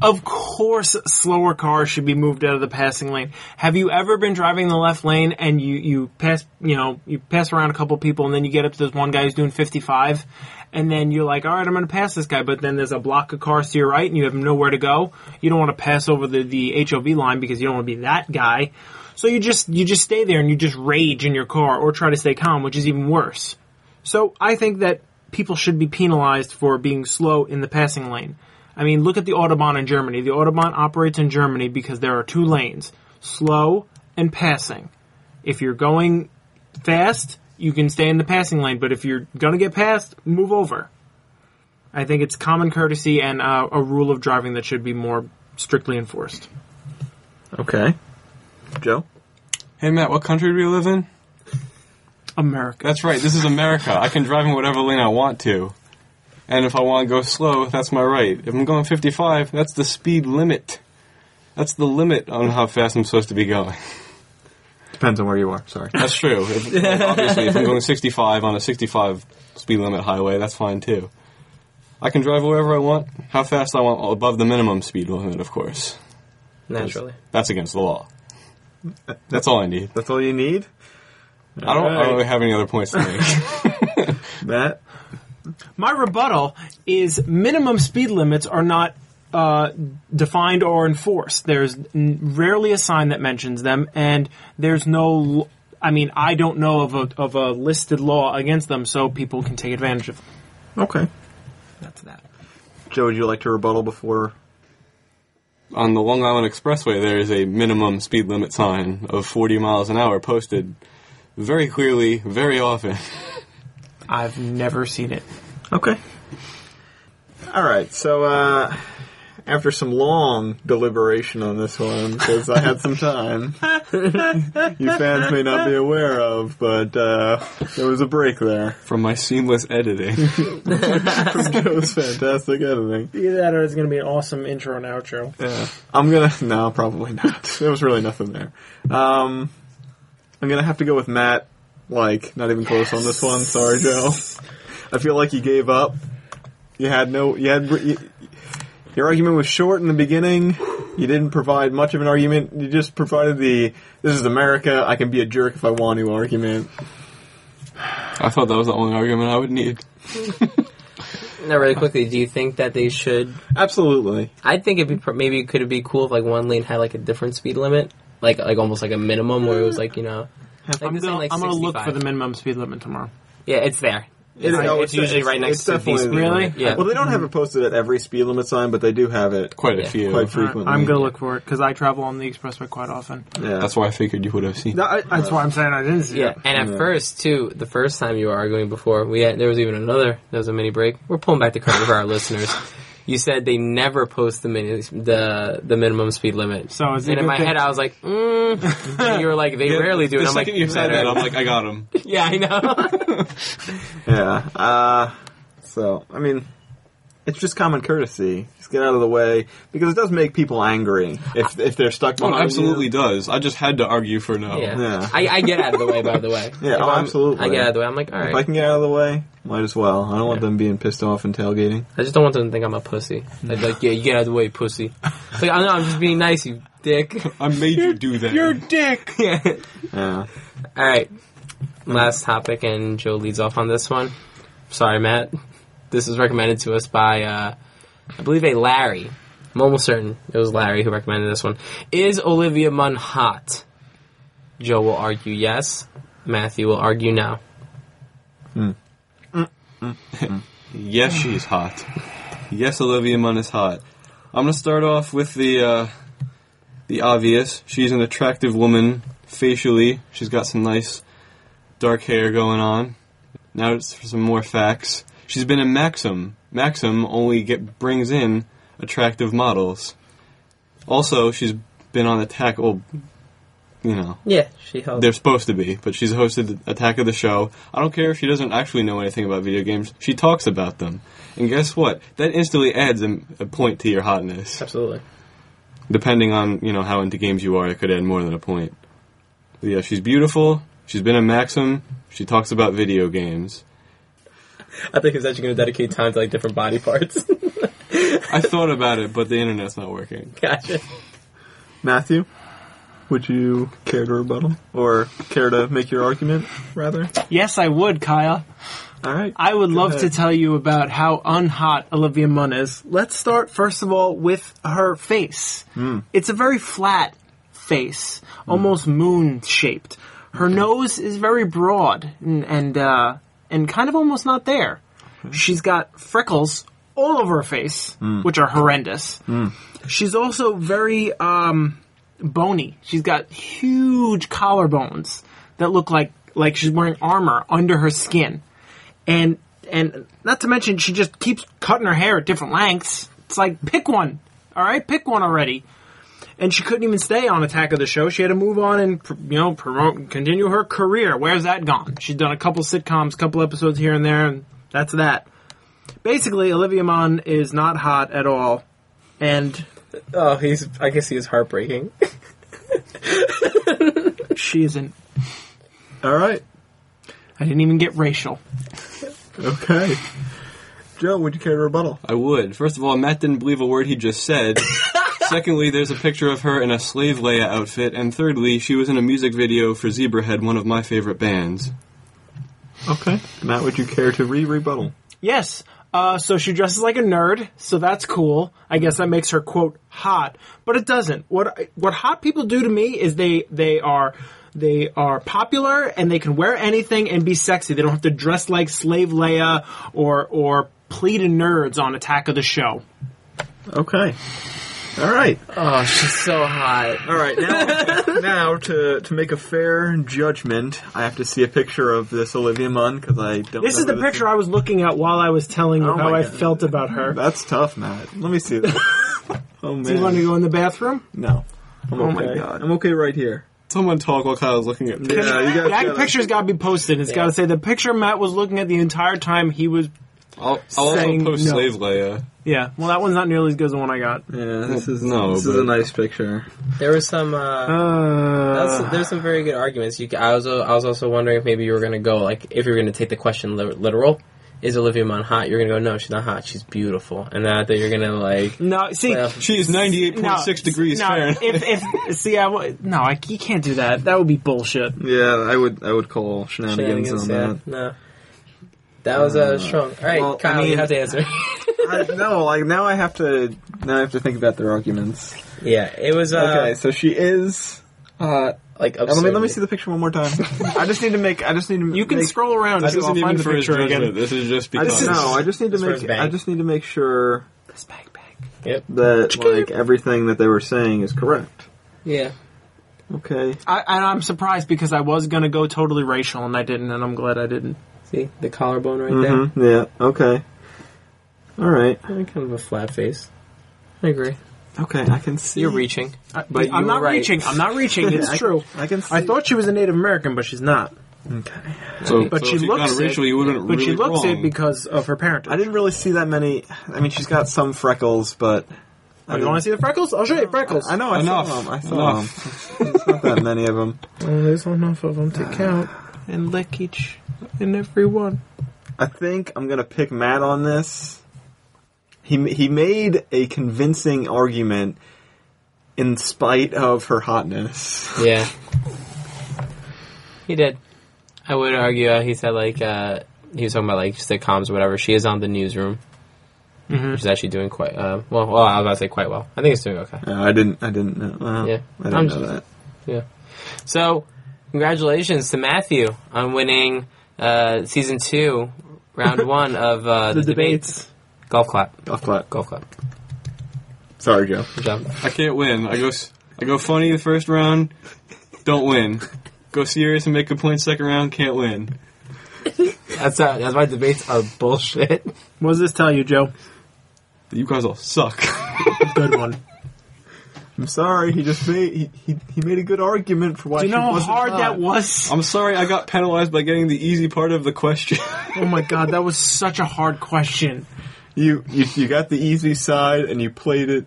Of course, slower cars should be moved out of the passing lane. Have you ever been driving the left lane and you, you pass, you know, you pass around a couple people and then you get up to this one guy who's doing 55 and then you're like, all right, I'm going to pass this guy, but then there's a block of cars to your right and you have nowhere to go. You don't want to pass over the, the HOV line because you don't want to be that guy. So you just, you just stay there and you just rage in your car or try to stay calm, which is even worse. So I think that people should be penalized for being slow in the passing lane. I mean, look at the Autobahn in Germany. The Autobahn operates in Germany because there are two lanes slow and passing. If you're going fast, you can stay in the passing lane, but if you're going to get past, move over. I think it's common courtesy and uh, a rule of driving that should be more strictly enforced. Okay. Joe? Hey Matt, what country do we live in? America. That's right. This is America. I can drive in whatever lane I want to. And if I want to go slow, that's my right. If I'm going 55, that's the speed limit. That's the limit on how fast I'm supposed to be going. Depends on where you are, sorry. That's true. If, like, obviously, if I'm going 65 on a 65 speed limit highway, that's fine too. I can drive wherever I want, how fast I want, above the minimum speed limit, of course. Naturally. That's against the law. That's all I need. That's all you need? I don't, I don't really have any other points to make. Matt? My rebuttal is minimum speed limits are not uh, defined or enforced. There's n- rarely a sign that mentions them, and there's no. l- I mean, I don't know of a of a listed law against them, so people can take advantage of. Them. Okay. That's that. Joe, would you like to rebuttal before? on the Long Island Expressway, there is a minimum speed limit sign of 40 miles an hour posted very clearly, very often. I've never seen it. Okay. All right. So uh, after some long deliberation on this one, because I had some time, you fans may not be aware of, but uh, there was a break there. From my seamless editing. It was fantastic editing. Either that, or it's going to be an awesome intro and outro. Yeah. I'm gonna no, probably not. There was really nothing there. Um, I'm gonna have to go with Matt. Like, not even close on this one. Sorry, Joe. I feel like you gave up. You had no. You had you, your argument was short in the beginning. You didn't provide much of an argument. You just provided the "This is America. I can be a jerk if I want to" argument. I thought that was the only argument I would need. Now, really quickly, do you think that they should? Absolutely. I think it'd be pr- maybe could it be cool if like one lane had like a different speed limit, like like almost like a minimum where it was like you know, like I'm this thing, like, going to look 65. for the minimum speed limit tomorrow. Yeah, it's there. It's, It- like- no, it's usually right next it's to the definitely- speed limit. Yeah. Well, they don't have it posted at every speed limit sign, but they do have it Quite a Yeah, few. quite frequently. I'm going to look for it because I travel on the expressway quite often. Yeah. That's why I figured you would have seen. I, that's why I'm saying I didn't see Yeah, and at Yeah. first too, the first time you were arguing before we had, there was even another there was a mini break. We're pulling back the curtain for our listeners. You said they never post the mini, the the minimum speed limit. So is it and a in good my thing- head I was like, mm. and you were like, they rarely do. The And I'm like, second you said better. that, I'm like, I got him. yeah, I know. Yeah. Uh, so, I mean, it's just common courtesy. Just get out of the way because it does make people angry if if they're stuck Oh, behind it absolutely you. does. I just had to argue for no. yeah, Yeah. I, I get out of the way. By the way, Yeah, If oh, I'm- absolutely. I get out of the way. I'm like, all If I right. can get out of the way, might as well. I don't want them being pissed off and tailgating. I just don't want them to think I'm a pussy. Like, like yeah, you get out of the way, pussy. It's like, I know I'm just being nice, you dick. I made you do that. You're a dick. yeah. Yeah. All right. Last topic, and Joe leads off on this one. Sorry, Matt. This was recommended to us by, uh, I believe, a Larry. I'm almost certain it was Larry who recommended this one. Is Olivia Munn hot? Joe will argue yes. Matthew will argue no. Yes, she's hot. Yes, Olivia Munn is hot. I'm gonna start off with the uh, the obvious. She's an attractive woman facially. She's got some nice dark hair going on. Now it's for some more facts. She's been in Maxim. Maxim only get brings in attractive models. Also, she's been on Attack. Well, you know, Yeah, she held. they're supposed to be, but she's hosted Attack of the Show. I don't care if she doesn't actually know anything about video games. She talks about them. And guess what? That instantly adds a, a point to your hotness. Absolutely. Depending on, you know, how into games you are, it could add more than a point. But yeah, she's beautiful. She's been a Maxim. She talks about video games. I think it's actually going to dedicate time to like different body parts. I thought about it, but the internet's not working. Gotcha. Matthew, would you care to rebuttal or care to make your argument? Rather, Yes, I would, Kyle. all right. I would Go love ahead. to tell you about how unhot Olivia Munn is. Let's start first of all with her face. Hmm. It's a very flat face, almost moon shaped. Her nose is very broad and and, uh, and kind of almost not there. She's got freckles all over her face, Hmm. which are horrendous. She's also very um, bony. She's got huge collarbones that look like like she's wearing armor under her skin and and not to mention she just keeps cutting her hair at different lengths. It's like pick one, all right, pick one already. And she couldn't even stay on Attack of the Show. She had to move on and pr- you know promote, continue her career. Where's that gone? She's done a couple sitcoms, couple episodes here and there, and that's that. Basically, Olivia Munn is not hot at all, and Oh, he's. I guess he was heartbreaking. she isn't. All right. I didn't even get racial. Okay. Joe, would you care to rebuttal? I would. First of all, Matt didn't believe a word he just said. Secondly, there's a picture of her in a slave Leia outfit. And thirdly, she was in a music video for Zebrahead, one of my favorite bands. Okay. Matt, would you care to re rebuttal? Yes. Uh, so she dresses like a nerd, so that's cool. I guess that makes her quote hot, but it doesn't. What what hot people do to me is they they are they are popular and they can wear anything and be sexy. They don't have to dress like slave Leia or or plea to nerds on Attack of the Show. Okay. All right. Oh, she's so hot. All right. Now, now to to make a fair judgment, I have to see a picture of this Olivia Munn because I don't. This is the picture I was looking at while I was telling you Oh how my I God. felt about her. That's tough, Matt. Let me see that. oh man. Do you want to go in the bathroom? No. I'm Oh okay. my God. I'm okay right here. Someone talk while Kyle's looking at me. you gotta- that picture's got to be posted. It's got to say the picture Matt was looking at the entire time he was. I'll, I'll also Saying post no. slave Leia. Yeah, well, that one's not nearly as good as the one I got. Yeah, this is No, This is Oh, but- a nice picture. There was some. Uh, that's, Uh, there's some very good arguments. You, I was. I was also wondering if maybe you were gonna go like if you were gonna take the question li- literal. Is Olivia Munn hot? You're gonna go. No, she's not hot. She's beautiful. And then I thought you're gonna like. no, see, Well, She is 98.6 no, degrees no, Fahrenheit. If, if see, I w- no, I, you can't do that. That would be bullshit. Yeah, I would I would call shenanigans, shenanigans, on yeah. that. No. That was uh, strong. All right, well, I Kyle, you mean- have to answer. I, no, like now I have to now I have to think about their arguments. yeah, it was. Uh, okay, so she is. Uh, Like, let me let me absurd. see the picture one more time. I just need to make. I just need to. You can make, scroll around. This and I'll isn't even find the for his picture judgment. again. This is just I because. just no. I just need to As far make. as bang. I just need to make sure This bag bag. Yep. that like everything that they were saying is correct. Yeah. Okay. I, and I'm surprised because I was gonna go totally racial and I didn't, and I'm glad I didn't. See the collarbone right there. hmm Yeah. Okay. All right. I mean, Kind of a flat face. I agree. Okay. I can see. You're reaching. I, But you I'm were not right. reaching. I'm not reaching. It's I- true. I can. See. I thought she was a Native American, but she's not. Okay. so, but so she if you looks got racial, it, you wouldn't But really she looks wrong. it because of her parent. I didn't really see that many. I mean, she's got some freckles, but. I Oh, you want to see the freckles? I'll show you freckles. I know. I saw Enough. them. I saw them. There's not that many of them. Oh, there's enough of them to count and lick each and every one. I think I'm gonna pick Matt on this. He he made a convincing argument in spite of her hotness. Yeah. He did. I would argue uh, he said like uh, he was talking about like sitcoms or whatever. She is on the newsroom, which is actually doing quite uh, well. Well, I was about to say quite well. I think it's doing okay. Uh, I didn't. I didn't know. Well, Yeah. I didn't I'm know just- that. Yeah. So, congratulations to Matthew on winning uh, season two, round one of uh, the, debates. Golf clap. Golf clap. Golf clap. Sorry, Joe. Good job. I can't win. I go s- I go funny the first round, don't win. Go serious and make a point second round, can't win. That's uh, that's why debates are bullshit. What does this tell you, Joe? You guys all suck. Good one. I'm sorry. He just made he, he, he made a good argument for why. Do you know she how wasn't hard hot. that was? I'm sorry I got penalized by getting the easy part of the question. Oh my god, that was such a hard question. You, you you got the easy side and you played it,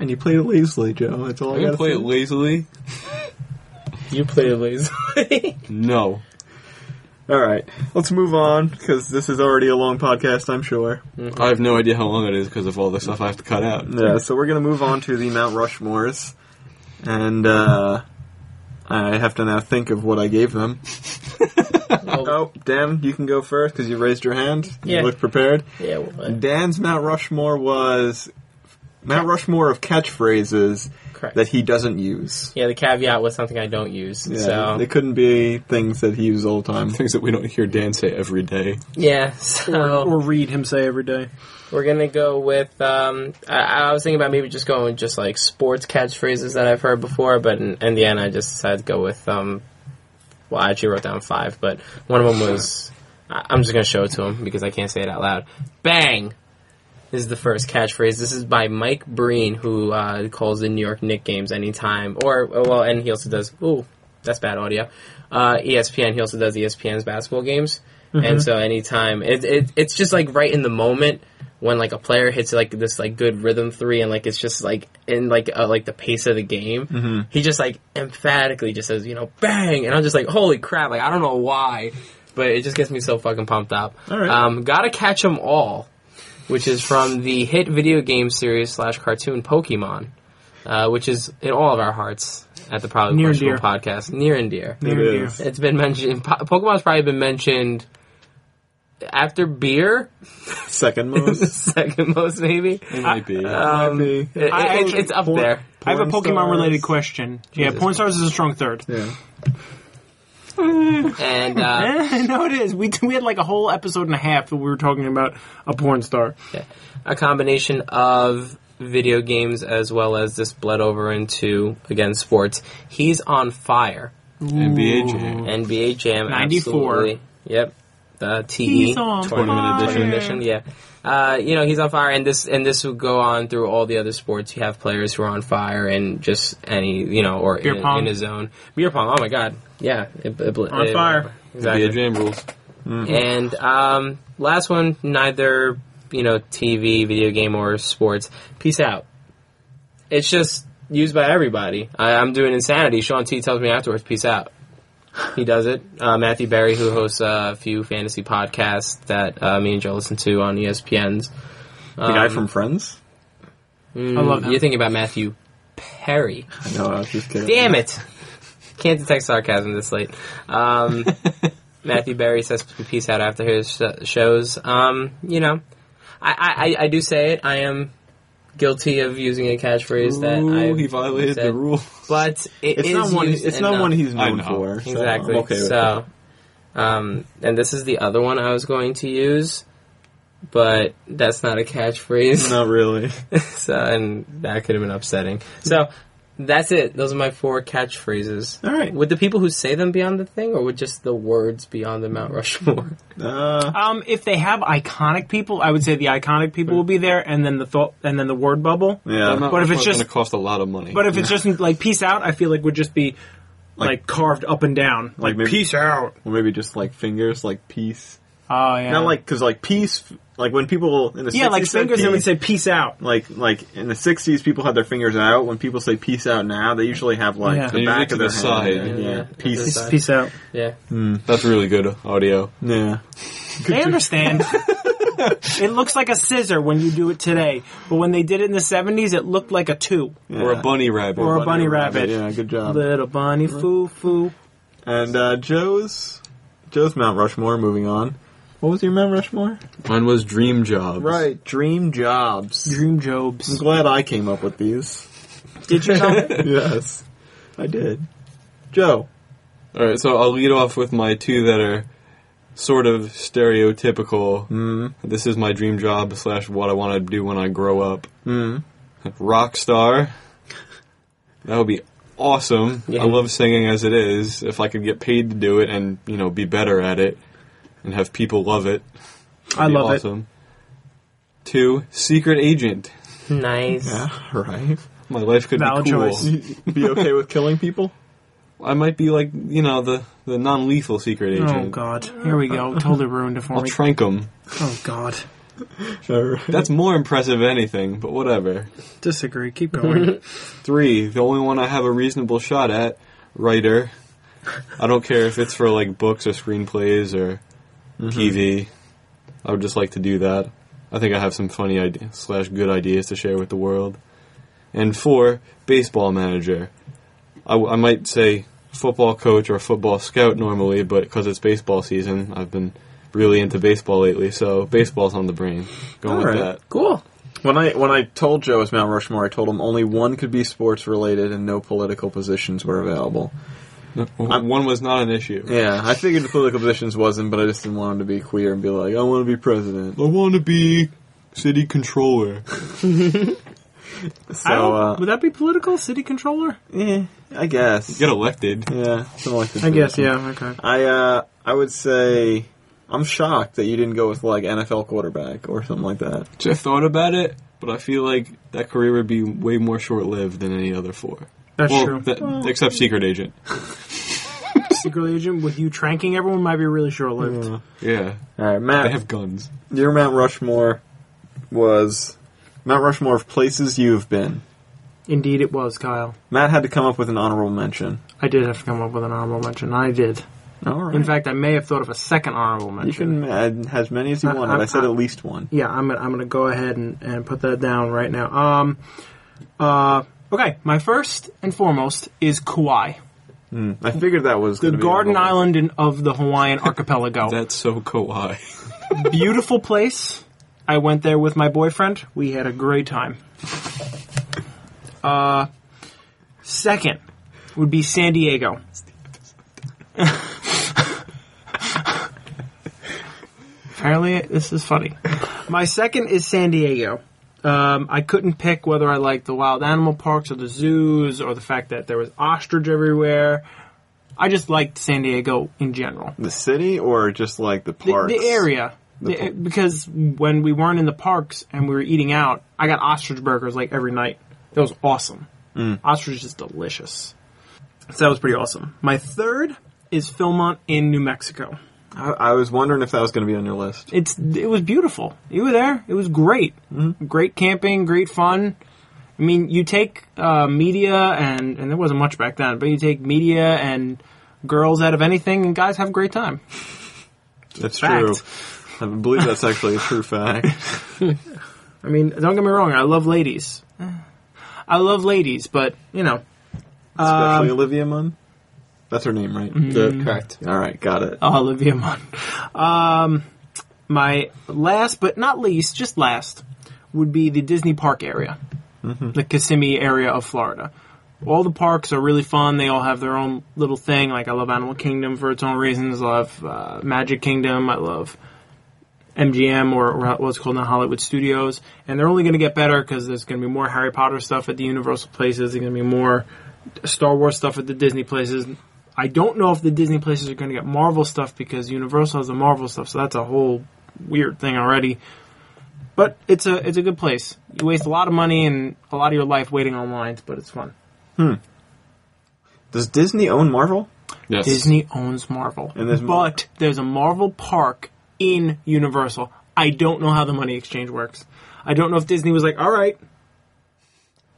and you played it lazily, Joe. That's all I, I got can to play say. it lazily. You played lazily. No. All right, let's move on because this is already a long podcast, I'm sure. I have no idea how long it is because of all the stuff I have to cut out. Yeah, so we're gonna move on to the Mount Rushmores, and uh, I have to now think of what I gave them. oh, Dan, you can go first because you raised your hand. Yeah. You look prepared. Yeah, well, Dan's Mount Rushmore was Mount Rushmore of catchphrases correct. that he doesn't use. yeah, the caveat was something I don't use. Yeah, so they couldn't be things that he used all the time. Things that we don't hear Dan say every day. yeah, so or read him say every day. We're gonna go with. Um, I, I was thinking about maybe just going with just like sports catchphrases that I've heard before, but in, in the end, I just decided to go with. Um, well, I actually wrote down five, but one of them was. I, I'm just gonna show it to him because I can't say it out loud. Bang is the first catchphrase. This is by Mike Breen, who uh, calls the New York Knicks games anytime, or oh, well, and he also does. Ooh, that's bad audio. Uh, ESPN. He also does ESPN's basketball games, Mm-hmm. and so anytime it, it it's just like right in the moment when like a player hits like this like good rhythm three and like it's just like in like uh, like the pace of the game Mm-hmm. he just like emphatically just says you know bang and i'm just like holy crap like i don't know why but it just gets me so fucking pumped up All right. um gotta catch 'em all which is from the hit video game series slash cartoon pokemon uh, which is in all of our hearts at the probably Near and Questionable dear. podcast near and dear It Near and is. it's been mentioned po- pokemon's probably been mentioned after beer Second most. second most maybe It might be. um, Maybe. it- I it- actually- it's up Porn- there. I have a porn Pokemon related stars. question. yeah, Porn Stars is a strong third. Yeah. And uh, Eh, no, it is. We we had like a whole episode and a half that we were talking about a porn star. a combination of video games as well as this bled over into again sports. He's on fire. NBA Jam. NBA Jam 94. absolutely. Yep. The TE He's on Tournament fire. edition. edition, yeah. Uh, you know he's on fire, and this and this will go on through all the other sports. You have players who are on fire, and just any you know, or Beer in, pong. in his own beer pong. Oh my god, yeah, it, it, bl- On it- fire. Exactly. NBA Jam rules. Mm. And um, last one, neither you know TV, video game, or sports. Peace out. It's just used by everybody. I, I'm doing insanity. Sean T tells me afterwards, "Peace out." He does it. Uh, Matthew Berry, who hosts uh, a few fantasy podcasts that uh, me and Joe listen to on E ESPN's. The guy from Friends? I love him. You're thinking Um, about Matthew Perry. I know, I was just kidding. Damn it! Can't detect sarcasm this late. Um, Matthew Berry says peace out after his sh- shows. Um, you know, I, I, I- I do say it. I am guilty of using a catchphrase that I Ooh, he violated the rule. But it It's is not one. used It's not enough. one he's I known know. for. so exactly. I'm okay with that. so, um, and this is the other one I was going to use, but that's not a catchphrase. not really. so, and that could have been upsetting. So that's it. Those are my four catchphrases. All right. Would the people who say them be on the thing, or would just the words be on the Mount Rushmore? Uh, Um, if they have iconic people, I would say the iconic people will be there, and then the thought, and then the word bubble. Hmm. I'm yeah. not But if sure it's just- going to cost a lot of money. But if it's just like peace out, I feel like would just be like, carved up and down, like, maybe- peace out. Or maybe just like fingers, like peace. Oh yeah, Not like because like peace. Like when people in the yeah, 60s like said fingers. They would peace, say peace out. like like in the '60s, people had their fingers out. When people say peace out now, they usually have like Yeah. the They usually back to of their the hand. side. Yeah, Yeah. peace. Side. Peace out. yeah. That's really good audio. Yeah, They understand. it looks like a scissor when you do it today, but when they did it in the seventies, it looked like a two. Or Yeah. a bunny rabbit. Or a bunny rabbit. Yeah, good job. Little bunny uh-huh. foo foo. And uh, Joe's Joe's Mount Rushmore. Moving on. What was your Mount Rushmore? Mine was dream jobs. Right, dream jobs. Dream I'm Jobs. glad I came up with these. Did you know? yes, I did. Joe. All right, so I'll lead off with my two that are sort of stereotypical. Mm. Mm-hmm. This is my dream job slash what I want to do when I grow up. Mm. Mm-hmm. Rock star. That would be awesome. Yeah. I love singing as it is. If I could get paid to do it and you know be better at it and have people love it, I it'd be love it. awesome. Two, secret agent. Nice. right. My life could Valid be cool. choice. Be okay with killing people? I might be like you know the the non lethal secret agent. Oh god, here we go. Totally ruined it for I'll me. trank 'em. Oh god, That's more impressive than anything, but whatever. disagree. Keep going. Three, the only one I have a reasonable shot at, writer. I don't care if it's for like books or screenplays or TV. I would just like to do that. I think I have some funny ideas slash good ideas to share with the world. And four, baseball manager. I, w- I might say football coach or football scout normally, but because it's baseball season, I've been really into baseball lately, so baseball's on the brain. Going with Alright. that. Cool. When I when I told Joe it's Mount Rushmore, I told him only one could be sports related and no political positions were available. W- One was not an issue. Yeah, I figured the political positions wasn't, but I just didn't want him to be queer and be like, I want to be president. I want to be city controller. I So, don't, uh, would that be political? City controller? yeah, I guess. Get elected. yeah, something like this. I guess, yeah. Okay. I uh, I would say I'm shocked that you didn't go with like NFL quarterback or something like that. I thought about it, but I feel like that career would be way more short-lived than any other four. That's Well, true. that- except secret agent. Secret agent with you tranking everyone might be really short lived. Yeah, All right, they Matt, have guns. your Mount Rushmore was Mount Rushmore of places you've been. Indeed, it was Kyle. Matt had to come up with an honorable mention. I did have to come up with an honorable mention. I did. All right. In fact, I may have thought of a second honorable you mention. can add as many as you I- want. I- I said I- at least one. yeah, I'm gonna, I'm gonna go ahead and, and put that down right now. Um, uh, okay, my first and foremost is Kauai, I figured that was the gonna be Garden honorable. Island in, of the Hawaiian archipelago. That's so kawaii. Beautiful place. I went there with my boyfriend. We had a great time. Uh, second would be San Diego. Apparently, this is funny. My second is San Diego. Um, I couldn't pick whether I liked the wild animal parks or the zoos or the fact that there was ostrich everywhere. I just liked San Diego in general The city or just like the the- parks? The, area. The- par- because when we weren't in the parks and we were eating out, I got ostrich burgers like every night. That was awesome. Ostrich is delicious. So that was pretty awesome. My third is Philmont in New Mexico. I, I was wondering if that was going to be on your list. It's it was beautiful. You were there. It was great. Great camping. Great fun. I mean, you take uh, media and and there wasn't much back then, but you take media and girls out of anything, and guys have a great time. That's Fact. true. I believe that's actually a true fact. I mean, don't get me wrong. I love ladies. I love ladies, but you know, Um, Especially Olivia Munn. That's her name, right? Mm-hmm. Correct. All right, got it. uh, Olivia Munn. Um, my last but not least, just last, would be the Disney Park area, the Kissimmee area of Florida. All the parks are really fun. They all have their own little thing. Like I love Animal Kingdom for its own reasons. I love uh, Magic Kingdom. I love MGM or, or what's called now Hollywood Studios. And they're only going to get better because there's going to be more Harry Potter stuff at the Universal places. There's going to be more Star Wars stuff at the Disney places. I don't know if the Disney places are going to get Marvel stuff because Universal has the Marvel stuff, so that's a whole weird thing already. But it's a it's a good place. You waste a lot of money and a lot of your life waiting on lines, but it's fun. Does Disney own Marvel? Yes. Disney owns Marvel, And there's Mar- but there's a Marvel park in Universal. I don't know how the money exchange works. I don't know if Disney was like, all right,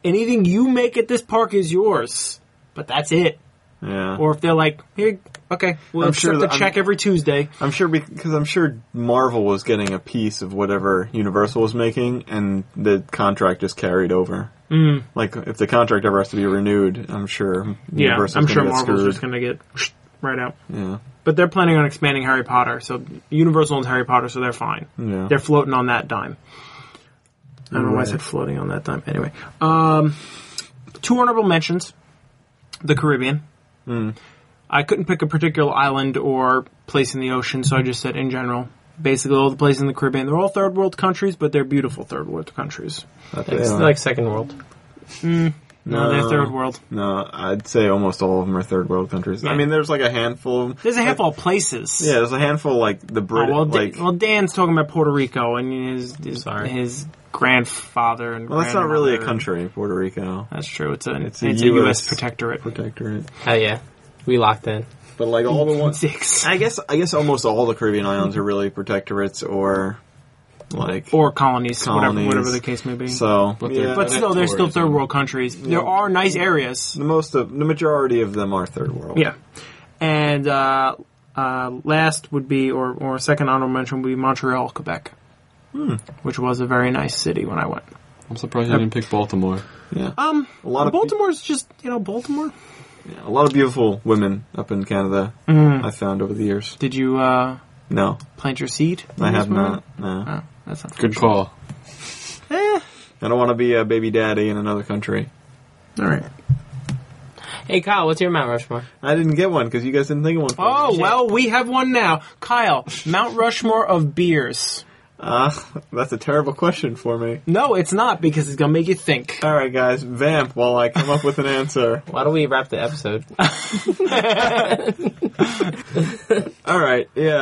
anything you make at this park is yours, but that's it. Yeah. or if they're like, here, okay, we'll I'm accept sure the that- I'm- check every Tuesday. I'm sure because I'm sure Marvel was getting a piece of whatever Universal was making, and the contract just carried over. Mm. Like if the contract ever has to be renewed, I'm sure Yeah, Universal's I'm gonna sure get Marvel's screwed. just gonna get right out. Yeah, But they're planning on expanding Harry Potter, so Universal owns Harry Potter, so they're fine. Yeah. They're floating on that dime. I don't know why I Right. said floating on that dime. Anyway, um, two honorable mentions: the Caribbean. Hmm. I couldn't pick a particular island or place in the ocean, so I just said in general. Basically, all the places in the Caribbean. They're all third world countries, but they're beautiful third world countries. That they It's are. like second world. No, they're third world. No, I'd say almost all of them are third world countries. Yeah. I mean, there's like a handful. There's a handful of places. Yeah, there's a handful like the Oh, Brit, well, Dan- like well, Dan's talking about Puerto Rico and his his, Sorry. his grandfather and. Well, that's not really a grandmother. country, Puerto Rico. That's true. It's a it's, It's a a, U.S. US protectorate. Protectorate. Hell yeah. We locked in. But like all the ones Six I guess I guess almost all the Caribbean islands are really protectorates or like or colonies, Whatever, Colonies. whatever the case may be. so But yeah. they're- but still, they're still third world countries. There are nice areas. the most of the majority of them are third world. Yeah. And uh, uh, last would be, or, or second honorable mention would be Montreal, Quebec, Hmm. which was a very nice city when I went. I'm surprised you didn't pick Baltimore. Yeah. Um, A lot of peop- Baltimore's just you know Baltimore. Yeah, a lot of beautiful women up in Canada Mm. I found over the years. Did you uh, No, plant your seed? I in this have moment? not. No. Oh, that's not Good call. I Eh, don't want to be a baby daddy in another country. all right. Hey, Kyle, what's your Mount Rushmore? I didn't get one because you guys didn't think of one. For me. Oh well, we have one now. Kyle, Mount Rushmore of beers. Uh, that's a terrible question for me. No, it's not because it's gonna make you think. Uh, All right, guys, vamp while I come up with an answer. Why don't we wrap the episode? All right, yeah.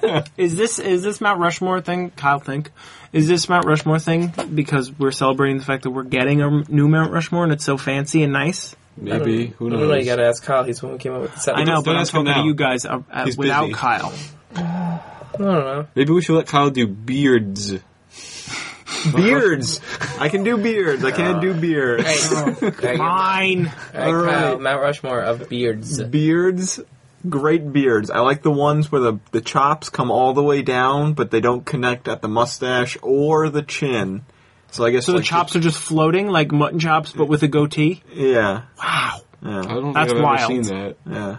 Uh, Is this is this Mount Rushmore thing? Kyle, think. Is this Mount Rushmore thing because we're celebrating the fact that we're getting a new Mount Rushmore and it's so fancy and nice? Maybe. Who I don't know. You knows? gotta ask Kyle. He's the one who came up with the I sentence. know, don't but I'm ask him talking to now. you guys uh, uh, He's without busy. Kyle. I don't know. Maybe we should let Kyle do beards. beards. I can do beards. I can't do beards. Hey, there you go. All Mine. right, All Kyle, right. Mount Rushmore of beards. Beards, great beards. I like the ones where the the chops come all the way down, but they don't connect at the mustache or the chin. So I guess So like the chops are just floating like mutton chops, but with a goatee. Yeah, Wow. Oh. I yeah, don't That's think I've wild. ever seen that. yeah.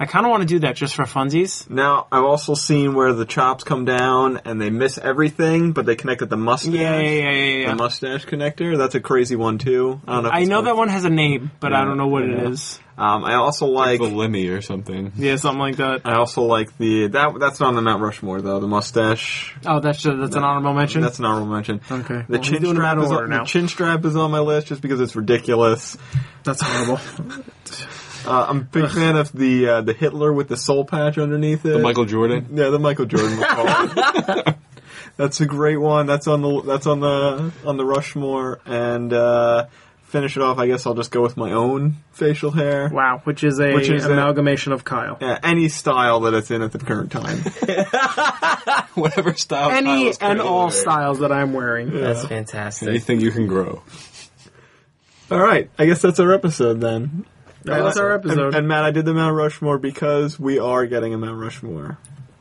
I kind of want to do that just for funsies. Now I've also seen where the chops come down and they miss everything, but they connect at the mustache. Yeah, yeah, yeah, yeah. yeah. The mustache connector. That's a crazy one too. I don't know. if I it's know worth- that one has a name, but I don't know what it yeah. is. Um, I also like. The Lemmy or something. Yeah, something like that. I also like the that. That's not on the Mount Rushmore though. The mustache. Oh, that's just, that's an honorable mention. That's an honorable mention. Okay. The Well, we're chin doing them strap out of is order on, now. the chin strap is on my list just because it's ridiculous. that's honorable. Uh, I'm a big fan of the uh, the Hitler with the soul patch underneath it. The Michael Jordan. Yeah, the Michael Jordan. one. that's a great one. That's on the that's on the on the Rushmore. And uh, finish it off. I guess I'll just go with my own facial hair. wow, which is a Which is a- amalgamation of Kyle. Yeah, any style that it's in at the current time. Whatever style. Any and Kyle's currently all wearing. styles that I'm wearing. That's fantastic. Anything you can grow. All right, I guess that's our episode then. That was our And- episode. And, Matt, I did the Mount Rushmore because we are getting a Mount Rushmore.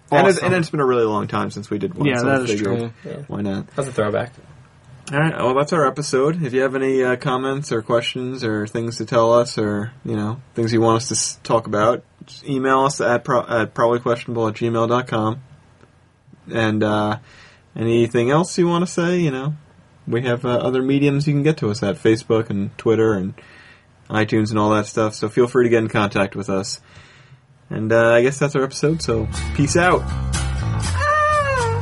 And, it's, Awesome. and it's been a really long time since we did one. Yeah, so that I is figured, true. Yeah. Why not? That's a throwback. All right. Well, that's our episode. If you have any uh, comments or questions or things to tell us or, you know, things you want us to s- talk about, just email us at, pro- at probablyquestionable at gmail.com. And uh, anything else you want to say, you know, we have uh, other mediums you can get to us at Facebook and Twitter and iTunes and all that stuff. So feel free to get in contact with us. And uh, I guess that's our episode. So peace out.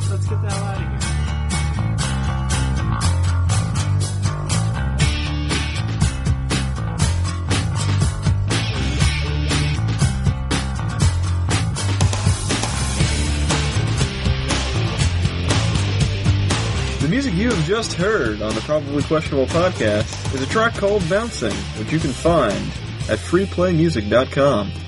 Let's get that out of here. The music you have just heard on the Probably Questionable podcast is a track called Bouncing, which you can find at freeplaymusic.com.